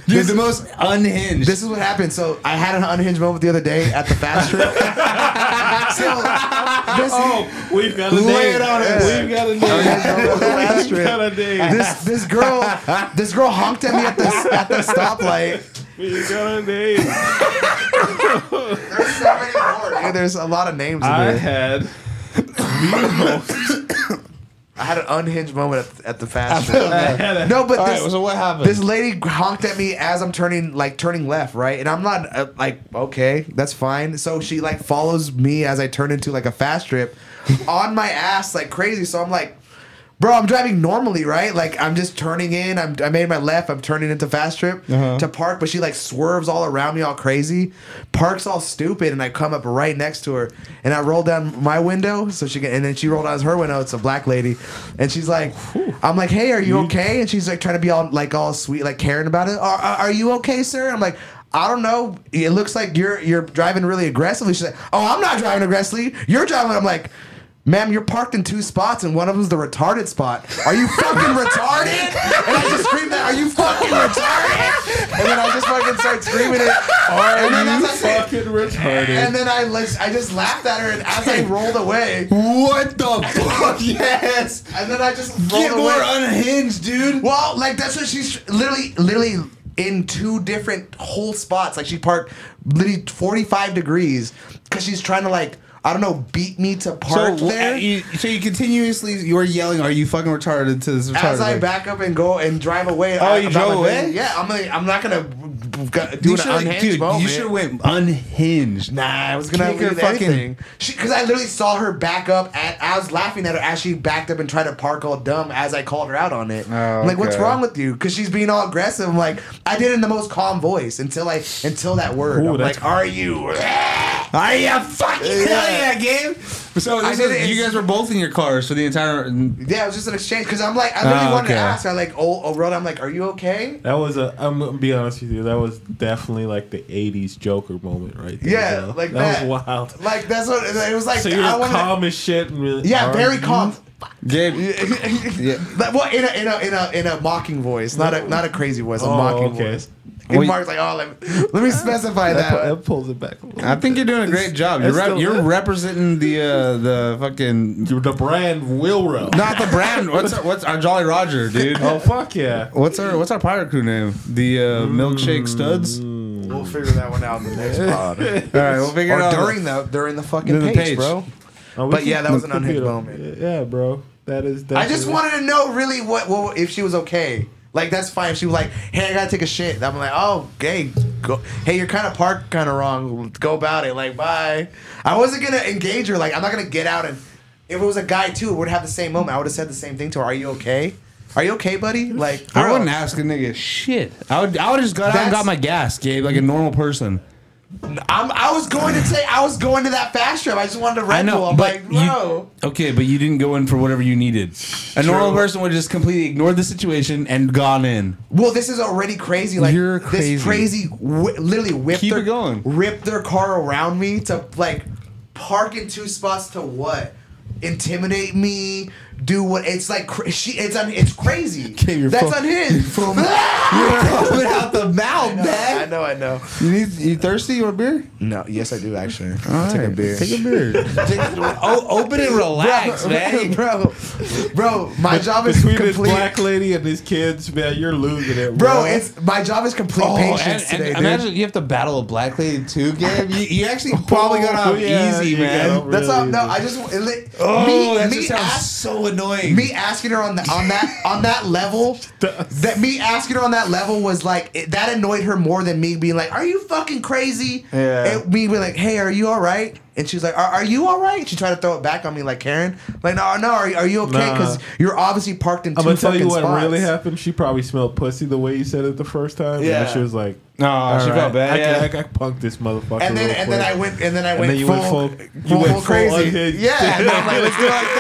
Speaker 1: Dude, the most unhinged.
Speaker 3: [LAUGHS] This is what happened. So I had an unhinged moment the other day at the fast trip. so this,
Speaker 2: Oh, [LAUGHS] we've got a name.
Speaker 1: Lay it on us.
Speaker 2: We've got a name. [LAUGHS]
Speaker 3: Fast
Speaker 2: we've
Speaker 3: trip.
Speaker 2: got a name.
Speaker 3: this this girl this girl honked at me at the at the stoplight.
Speaker 2: We've got a name.
Speaker 3: [LAUGHS] There's so many more. Dude, there's a lot of names in
Speaker 2: I
Speaker 3: there.
Speaker 2: had
Speaker 3: I had an unhinged moment at, at the fast trip.
Speaker 2: had
Speaker 3: No, but
Speaker 1: All right,
Speaker 3: this,
Speaker 1: so what happened?
Speaker 3: this lady honked at me as I'm turning like turning left, right? And I'm not uh, like okay, that's fine. So she like follows me as I turn into like a fast trip on my ass like crazy. So I'm like Bro, I'm driving normally, right? Like I'm just turning in. I'm, I made my left. I'm turning into fast trip
Speaker 1: Uh-huh.
Speaker 3: to park, but she like swerves all around me, all crazy. Parks all stupid, and I come up right next to her, and I roll down my window so she can, and then she rolled down her window. It's a black lady, and she's like, I'm like, hey, are you okay? And she's like trying to be all like all sweet, like caring about it. Are, are, are you okay, sir? I'm like. I don't know. It looks like you're you're driving really aggressively. She's like, "Oh, I'm not driving aggressively. You're driving." I'm like, Ma'am, you're parked in two spots, and one of them's the retarded spot. Are
Speaker 1: [LAUGHS]
Speaker 3: you fucking retarded? And I just screamed that. Are you fucking retarded? And then I just fucking start screaming it. and then
Speaker 2: you
Speaker 3: as I say-
Speaker 2: fucking retarded.
Speaker 3: and then I, lis- I just laughed at her, and
Speaker 1: [LAUGHS]
Speaker 3: as I rolled away,
Speaker 1: what the [LAUGHS] fuck? Yes.
Speaker 3: and then I just rolled
Speaker 1: Get more
Speaker 3: away.
Speaker 1: unhinged, dude.
Speaker 3: Well, like that's what she's literally, literally in two different whole spots. Like she parked literally 45 degrees because she's trying to like I don't know beat me to park
Speaker 1: so,
Speaker 3: there.
Speaker 1: uh, You, so you continuously you were yelling, "Are you fucking retarded?" To this retarded.
Speaker 3: As I
Speaker 1: like-
Speaker 3: back up and go and drive away.
Speaker 1: Oh,
Speaker 3: I-
Speaker 1: you
Speaker 3: I'm not
Speaker 1: drove
Speaker 3: gonna-
Speaker 1: away?
Speaker 3: Yeah, I'm. Like, I'm not gonna g- do
Speaker 1: You
Speaker 3: an
Speaker 1: should,
Speaker 3: unhinged
Speaker 1: dude,
Speaker 3: moment.
Speaker 1: you should have went unhinged.
Speaker 3: Nah, I was gonna
Speaker 1: Kick her
Speaker 3: leave
Speaker 1: fucking-
Speaker 3: anything. Because I literally saw her back up. At, I was laughing at her as she backed up and tried to park all dumb as I called her out on it. I'm like, what's
Speaker 1: okay.
Speaker 3: wrong with you? Because she's being all aggressive. I'm like, I did it in the most calm voice until I until that word.
Speaker 2: Ooh,
Speaker 3: I'm
Speaker 2: that's-
Speaker 3: like, are you?
Speaker 1: Are you fucking
Speaker 3: Yeah.
Speaker 1: hell yeah, game? So
Speaker 3: I
Speaker 1: this
Speaker 3: did
Speaker 1: was-
Speaker 3: it.
Speaker 1: you guys were both in your cars for the entire.
Speaker 3: [LAUGHS] Yeah, it was just an exchange. Because I'm like, I literally
Speaker 1: Ah,
Speaker 3: wanted to
Speaker 1: okay.
Speaker 3: ask. I like, oh, oh, Rhoda, I'm like, are you okay?
Speaker 2: that was a. I'm gonna be honest with you. That was definitely like the '80s Joker moment, right there.
Speaker 3: Yeah,
Speaker 2: bro.
Speaker 3: like that.
Speaker 2: was wild.
Speaker 3: Like that's what it was like.
Speaker 2: so you're
Speaker 3: I
Speaker 2: just
Speaker 3: wanted to-
Speaker 2: calm as shit and really.
Speaker 3: Yeah,
Speaker 2: Are
Speaker 3: very
Speaker 2: you-
Speaker 3: calm.
Speaker 1: Gabe, [LAUGHS]
Speaker 3: [LAUGHS] yeah. Well, in a, in a in a in a mocking voice, not a not a crazy voice, a
Speaker 2: Oh,
Speaker 3: mocking
Speaker 2: okay.
Speaker 3: voice.
Speaker 1: Well,
Speaker 3: And
Speaker 1: you-
Speaker 3: Mark's like, oh, let me, [LAUGHS] let me specify
Speaker 2: That, pu-
Speaker 3: that.
Speaker 2: that pulls it back. a little
Speaker 1: I think you're
Speaker 2: bit.
Speaker 1: doing a great job. You're
Speaker 2: it's
Speaker 1: rep,
Speaker 2: still
Speaker 1: you're
Speaker 2: good.
Speaker 1: representing the uh, the fucking
Speaker 2: You're the brand Wilro.
Speaker 1: not the brand. What's our, what's our Jolly Roger, dude?
Speaker 2: Oh fuck yeah!
Speaker 1: What's our what's our pirate crew name? The uh, Milkshake Studs.
Speaker 3: We'll figure that one out in the [LAUGHS] next pod, or
Speaker 1: All right, we'll figure it out.
Speaker 3: during the during the fucking
Speaker 1: During the
Speaker 3: page,
Speaker 1: page.
Speaker 3: bro.
Speaker 2: Oh, we
Speaker 3: But
Speaker 2: can-
Speaker 3: yeah, that was an
Speaker 2: we can
Speaker 3: unhinged
Speaker 2: do it.
Speaker 3: moment.
Speaker 2: Yeah, bro. That is.
Speaker 3: I just
Speaker 2: definitely-
Speaker 3: wanted to know really what, what if she was okay. Like that's fine. If she was like, hey, I gotta take a shit. I'm like, oh, okay, go. Hey, you're kind of parked kind of wrong. Go about it. Like, bye. I wasn't gonna engage her. Like, I'm not gonna get out and. If it was a guy too, it would have the same moment. I would have said the same thing to her. Are you okay? Are you okay, buddy? Like,
Speaker 1: I
Speaker 3: bro.
Speaker 1: wouldn't ask a nigga shit. I would I would just got out and
Speaker 3: That's-
Speaker 1: got my gas, Gabe, like a normal person.
Speaker 3: I'm, I was going to say I was going to that fast trip. I just wanted to Red
Speaker 1: I know,
Speaker 3: Bull. I'm
Speaker 1: but
Speaker 3: like,
Speaker 1: you-
Speaker 3: bro.
Speaker 1: Okay, but you didn't go in for whatever you needed. A normal person would have just completely ignored the situation and gone [LAUGHS] in.
Speaker 3: Well, this is already crazy. Like
Speaker 1: You're crazy.
Speaker 3: this crazy, whi literally whipped
Speaker 1: Keep
Speaker 3: their,
Speaker 1: it going.
Speaker 3: ripped their car around me to like park in two spots to what? Intimidate me? Do what? It's like cra- she. It's un,
Speaker 1: [LAUGHS]
Speaker 3: It's crazy.
Speaker 1: Okay, you're
Speaker 3: That's
Speaker 1: fu-
Speaker 3: unhinged. [LAUGHS]
Speaker 1: Open out the mouth,
Speaker 3: I
Speaker 1: man.
Speaker 3: know. I know.
Speaker 1: You need you thirsty or beer?
Speaker 3: No. Yes, I do actually.
Speaker 1: All
Speaker 3: I'll take a
Speaker 1: right,
Speaker 3: beer.
Speaker 1: Take a beer. oh, open and relax, man.
Speaker 3: [LAUGHS] bro, bro, my job is
Speaker 2: Between this
Speaker 3: complete.
Speaker 2: black lady and these kids, man, you're losing it,
Speaker 3: bro, it's my job is complete
Speaker 1: [LAUGHS] Oh,
Speaker 3: patience
Speaker 1: and,
Speaker 3: today,
Speaker 1: and
Speaker 3: dude.
Speaker 1: imagine you have to battle a black lady too, Gabe. You, you [LAUGHS] actually probably got off
Speaker 2: Oh, yeah,
Speaker 1: easy,
Speaker 2: you
Speaker 1: man.
Speaker 2: got off-
Speaker 3: That's all.
Speaker 2: Really?
Speaker 3: No, I just it, li-
Speaker 1: Oh,
Speaker 3: me,
Speaker 1: that
Speaker 3: me
Speaker 1: just sounds
Speaker 3: ask-
Speaker 1: so annoying.
Speaker 3: me asking her on the on that on
Speaker 2: [LAUGHS]
Speaker 3: that level that me asking her on that level was like it, that annoyed her more than me being like are you fucking crazy
Speaker 2: Yeah.
Speaker 3: and me being like hey are you all right and she's like are, are you all right she tried to throw it back on me like Karen like no no are, are you okay
Speaker 2: Nah.
Speaker 3: because you're obviously parked in 2
Speaker 2: I'm gonna tell
Speaker 3: fucking
Speaker 2: you what
Speaker 3: spots
Speaker 2: really happened. She probably smelled pussy the way you said it the first time. Yeah,
Speaker 3: Yeah.
Speaker 2: and she was like,
Speaker 1: No,
Speaker 2: "All
Speaker 1: she
Speaker 2: right,
Speaker 1: felt bad.
Speaker 2: I,
Speaker 1: yeah.
Speaker 2: can, I, can punk this motherfucker."
Speaker 3: and then
Speaker 2: real
Speaker 3: and then
Speaker 2: quick."
Speaker 3: I went and then I went
Speaker 2: then you
Speaker 3: full,
Speaker 2: went full-
Speaker 3: full,
Speaker 2: you went full
Speaker 3: crazy
Speaker 2: unhinged.
Speaker 3: yeah and I'm like let's do it like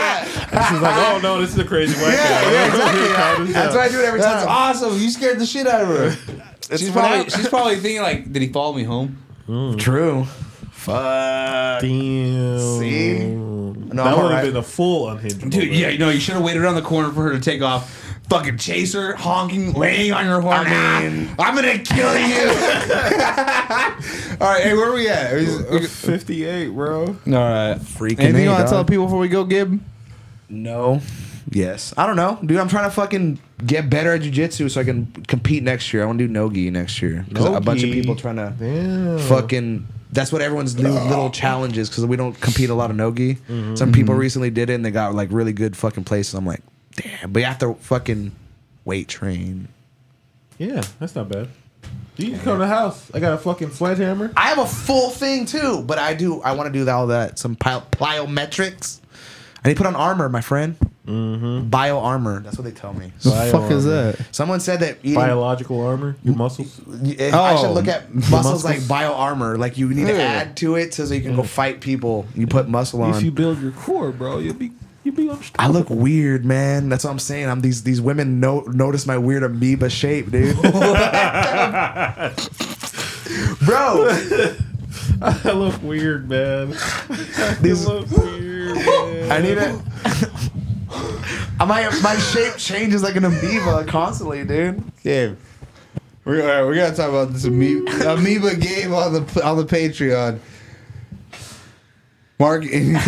Speaker 3: that
Speaker 2: She's like, "Oh no, this is a crazy white
Speaker 3: yeah,
Speaker 2: guy."
Speaker 3: yeah
Speaker 2: [LAUGHS]
Speaker 3: exactly that's what I do it every
Speaker 1: That's
Speaker 3: time
Speaker 1: awesome. You scared the shit out of her. she's,
Speaker 3: what
Speaker 1: probably,
Speaker 3: [LAUGHS] I-
Speaker 1: she's probably thinking like, did he follow me home?
Speaker 3: true fuck
Speaker 2: Damn.
Speaker 3: See?
Speaker 2: No,
Speaker 3: I'm
Speaker 2: that would
Speaker 3: alright.
Speaker 2: have been a full unhinged.
Speaker 1: Dude,
Speaker 2: moment.
Speaker 1: yeah, you know, you should have waited around the corner for her to take off. fucking chaser, honking, laying on your horn. Ah, I'm gonna kill
Speaker 3: [LAUGHS]
Speaker 1: you. [LAUGHS] All right, hey, where are we at? Is- we-
Speaker 2: 58, bro.
Speaker 1: All right,
Speaker 3: Freaking
Speaker 1: Anything you
Speaker 3: A,
Speaker 1: want to tell
Speaker 3: dog.
Speaker 1: people before we go, Gib?
Speaker 3: No. Yes. I don't know, dude. I'm trying to fucking get better at jujitsu so I can compete next year. I want to do nogi next year because a bunch of
Speaker 2: No-gi.
Speaker 3: people trying to
Speaker 2: Damn.
Speaker 3: fucking. That's what everyone's new little challenge is because we don't compete a lot of nogi.
Speaker 2: Mm-hmm.
Speaker 3: Some people recently did it and they got like really good fucking places. I'm like, damn, but you have to fucking weight train.
Speaker 2: Yeah, that's not bad. You can come to the house. I got a fucking sledgehammer.
Speaker 3: I have a full thing too, but I do. I want to do all that some pli- plyometrics. I need to put on armor, my friend. Mm-hmm. Bio armor. That's what they tell me.
Speaker 2: Bio armor.
Speaker 3: Someone said that eating,
Speaker 2: Biological armor, your muscles.
Speaker 3: if Eh, I should
Speaker 1: Oh.
Speaker 3: look at muscles like bio armor. Like you need to add to it so that you can go fight people. You put muscle on.
Speaker 2: If you build your core, bro, you'll be you'll [LAUGHS] be on.
Speaker 3: I look weird, man. That's what I'm saying. I'm these these women no, notice my weird amoeba
Speaker 4: [LAUGHS]
Speaker 3: shape, dude. Bro,
Speaker 2: I look weird, [LAUGHS] man.
Speaker 3: these,
Speaker 2: I look weird. Man.
Speaker 3: I need it. [LAUGHS] my my shape changes like an amoeba constantly, dude.
Speaker 4: Yeah. We're, all right, we're gonna talk about this
Speaker 3: [LAUGHS]
Speaker 4: amoeba, amoeba game on the on the Patreon.
Speaker 1: [LAUGHS]
Speaker 4: Mark, anything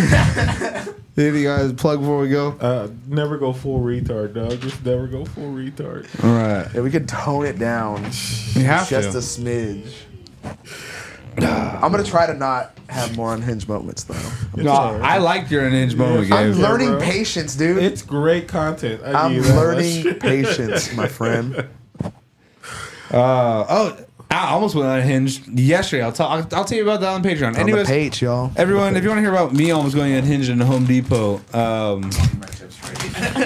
Speaker 4: you guys plug before we go?
Speaker 2: Uh, never go full retard, dog. Just never go full
Speaker 3: [LAUGHS]
Speaker 2: retard.
Speaker 4: All right,
Speaker 3: Yeah, we could tone it down
Speaker 4: you have
Speaker 3: just
Speaker 4: to.
Speaker 3: a smidge. I'm gonna try to not have more unhinged moments though.
Speaker 1: No, I liked your unhinged moment,
Speaker 3: I'm
Speaker 1: Gabe.
Speaker 3: learning
Speaker 2: bro.
Speaker 3: patience, dude.
Speaker 2: It's great content. I
Speaker 3: I'm
Speaker 2: give you that [LAUGHS]
Speaker 3: learning
Speaker 2: much.
Speaker 3: patience, my friend.
Speaker 1: Uh, oh, I almost went unhinged yesterday. I'll tell. I'll, I'll tell you about that on Patreon.
Speaker 3: On the
Speaker 1: Anyways,
Speaker 3: page, y'all.
Speaker 1: everyone, if you want to hear about me almost going unhinged in Home Depot, um, [LAUGHS]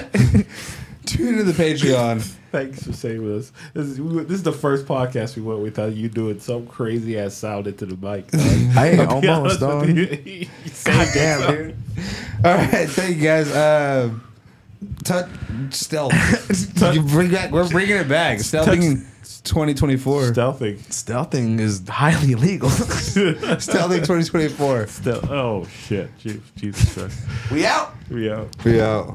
Speaker 1: tune into the Patreon.
Speaker 2: Thanks for staying with us. This is, we- this is the first podcast we went without you doing some crazy ass sound into the mic.
Speaker 3: [LAUGHS]
Speaker 2: dog.
Speaker 3: I
Speaker 2: [LAUGHS]
Speaker 3: ain't
Speaker 2: Be honest
Speaker 3: almost
Speaker 2: with
Speaker 3: done.
Speaker 2: you. You
Speaker 3: God
Speaker 2: saved it.
Speaker 3: damn, dude.
Speaker 1: All right, thank you guys. Uh, touch stealth. You bring back. We're bringing it back. Stealthing 2024.
Speaker 2: Stealthing. [LAUGHS]
Speaker 3: Stealthing is highly illegal.
Speaker 1: Stealthing 2024.
Speaker 2: Stealth. Oh shit. Je- Jesus Christ.
Speaker 3: we out.
Speaker 2: We out.
Speaker 4: Yeah.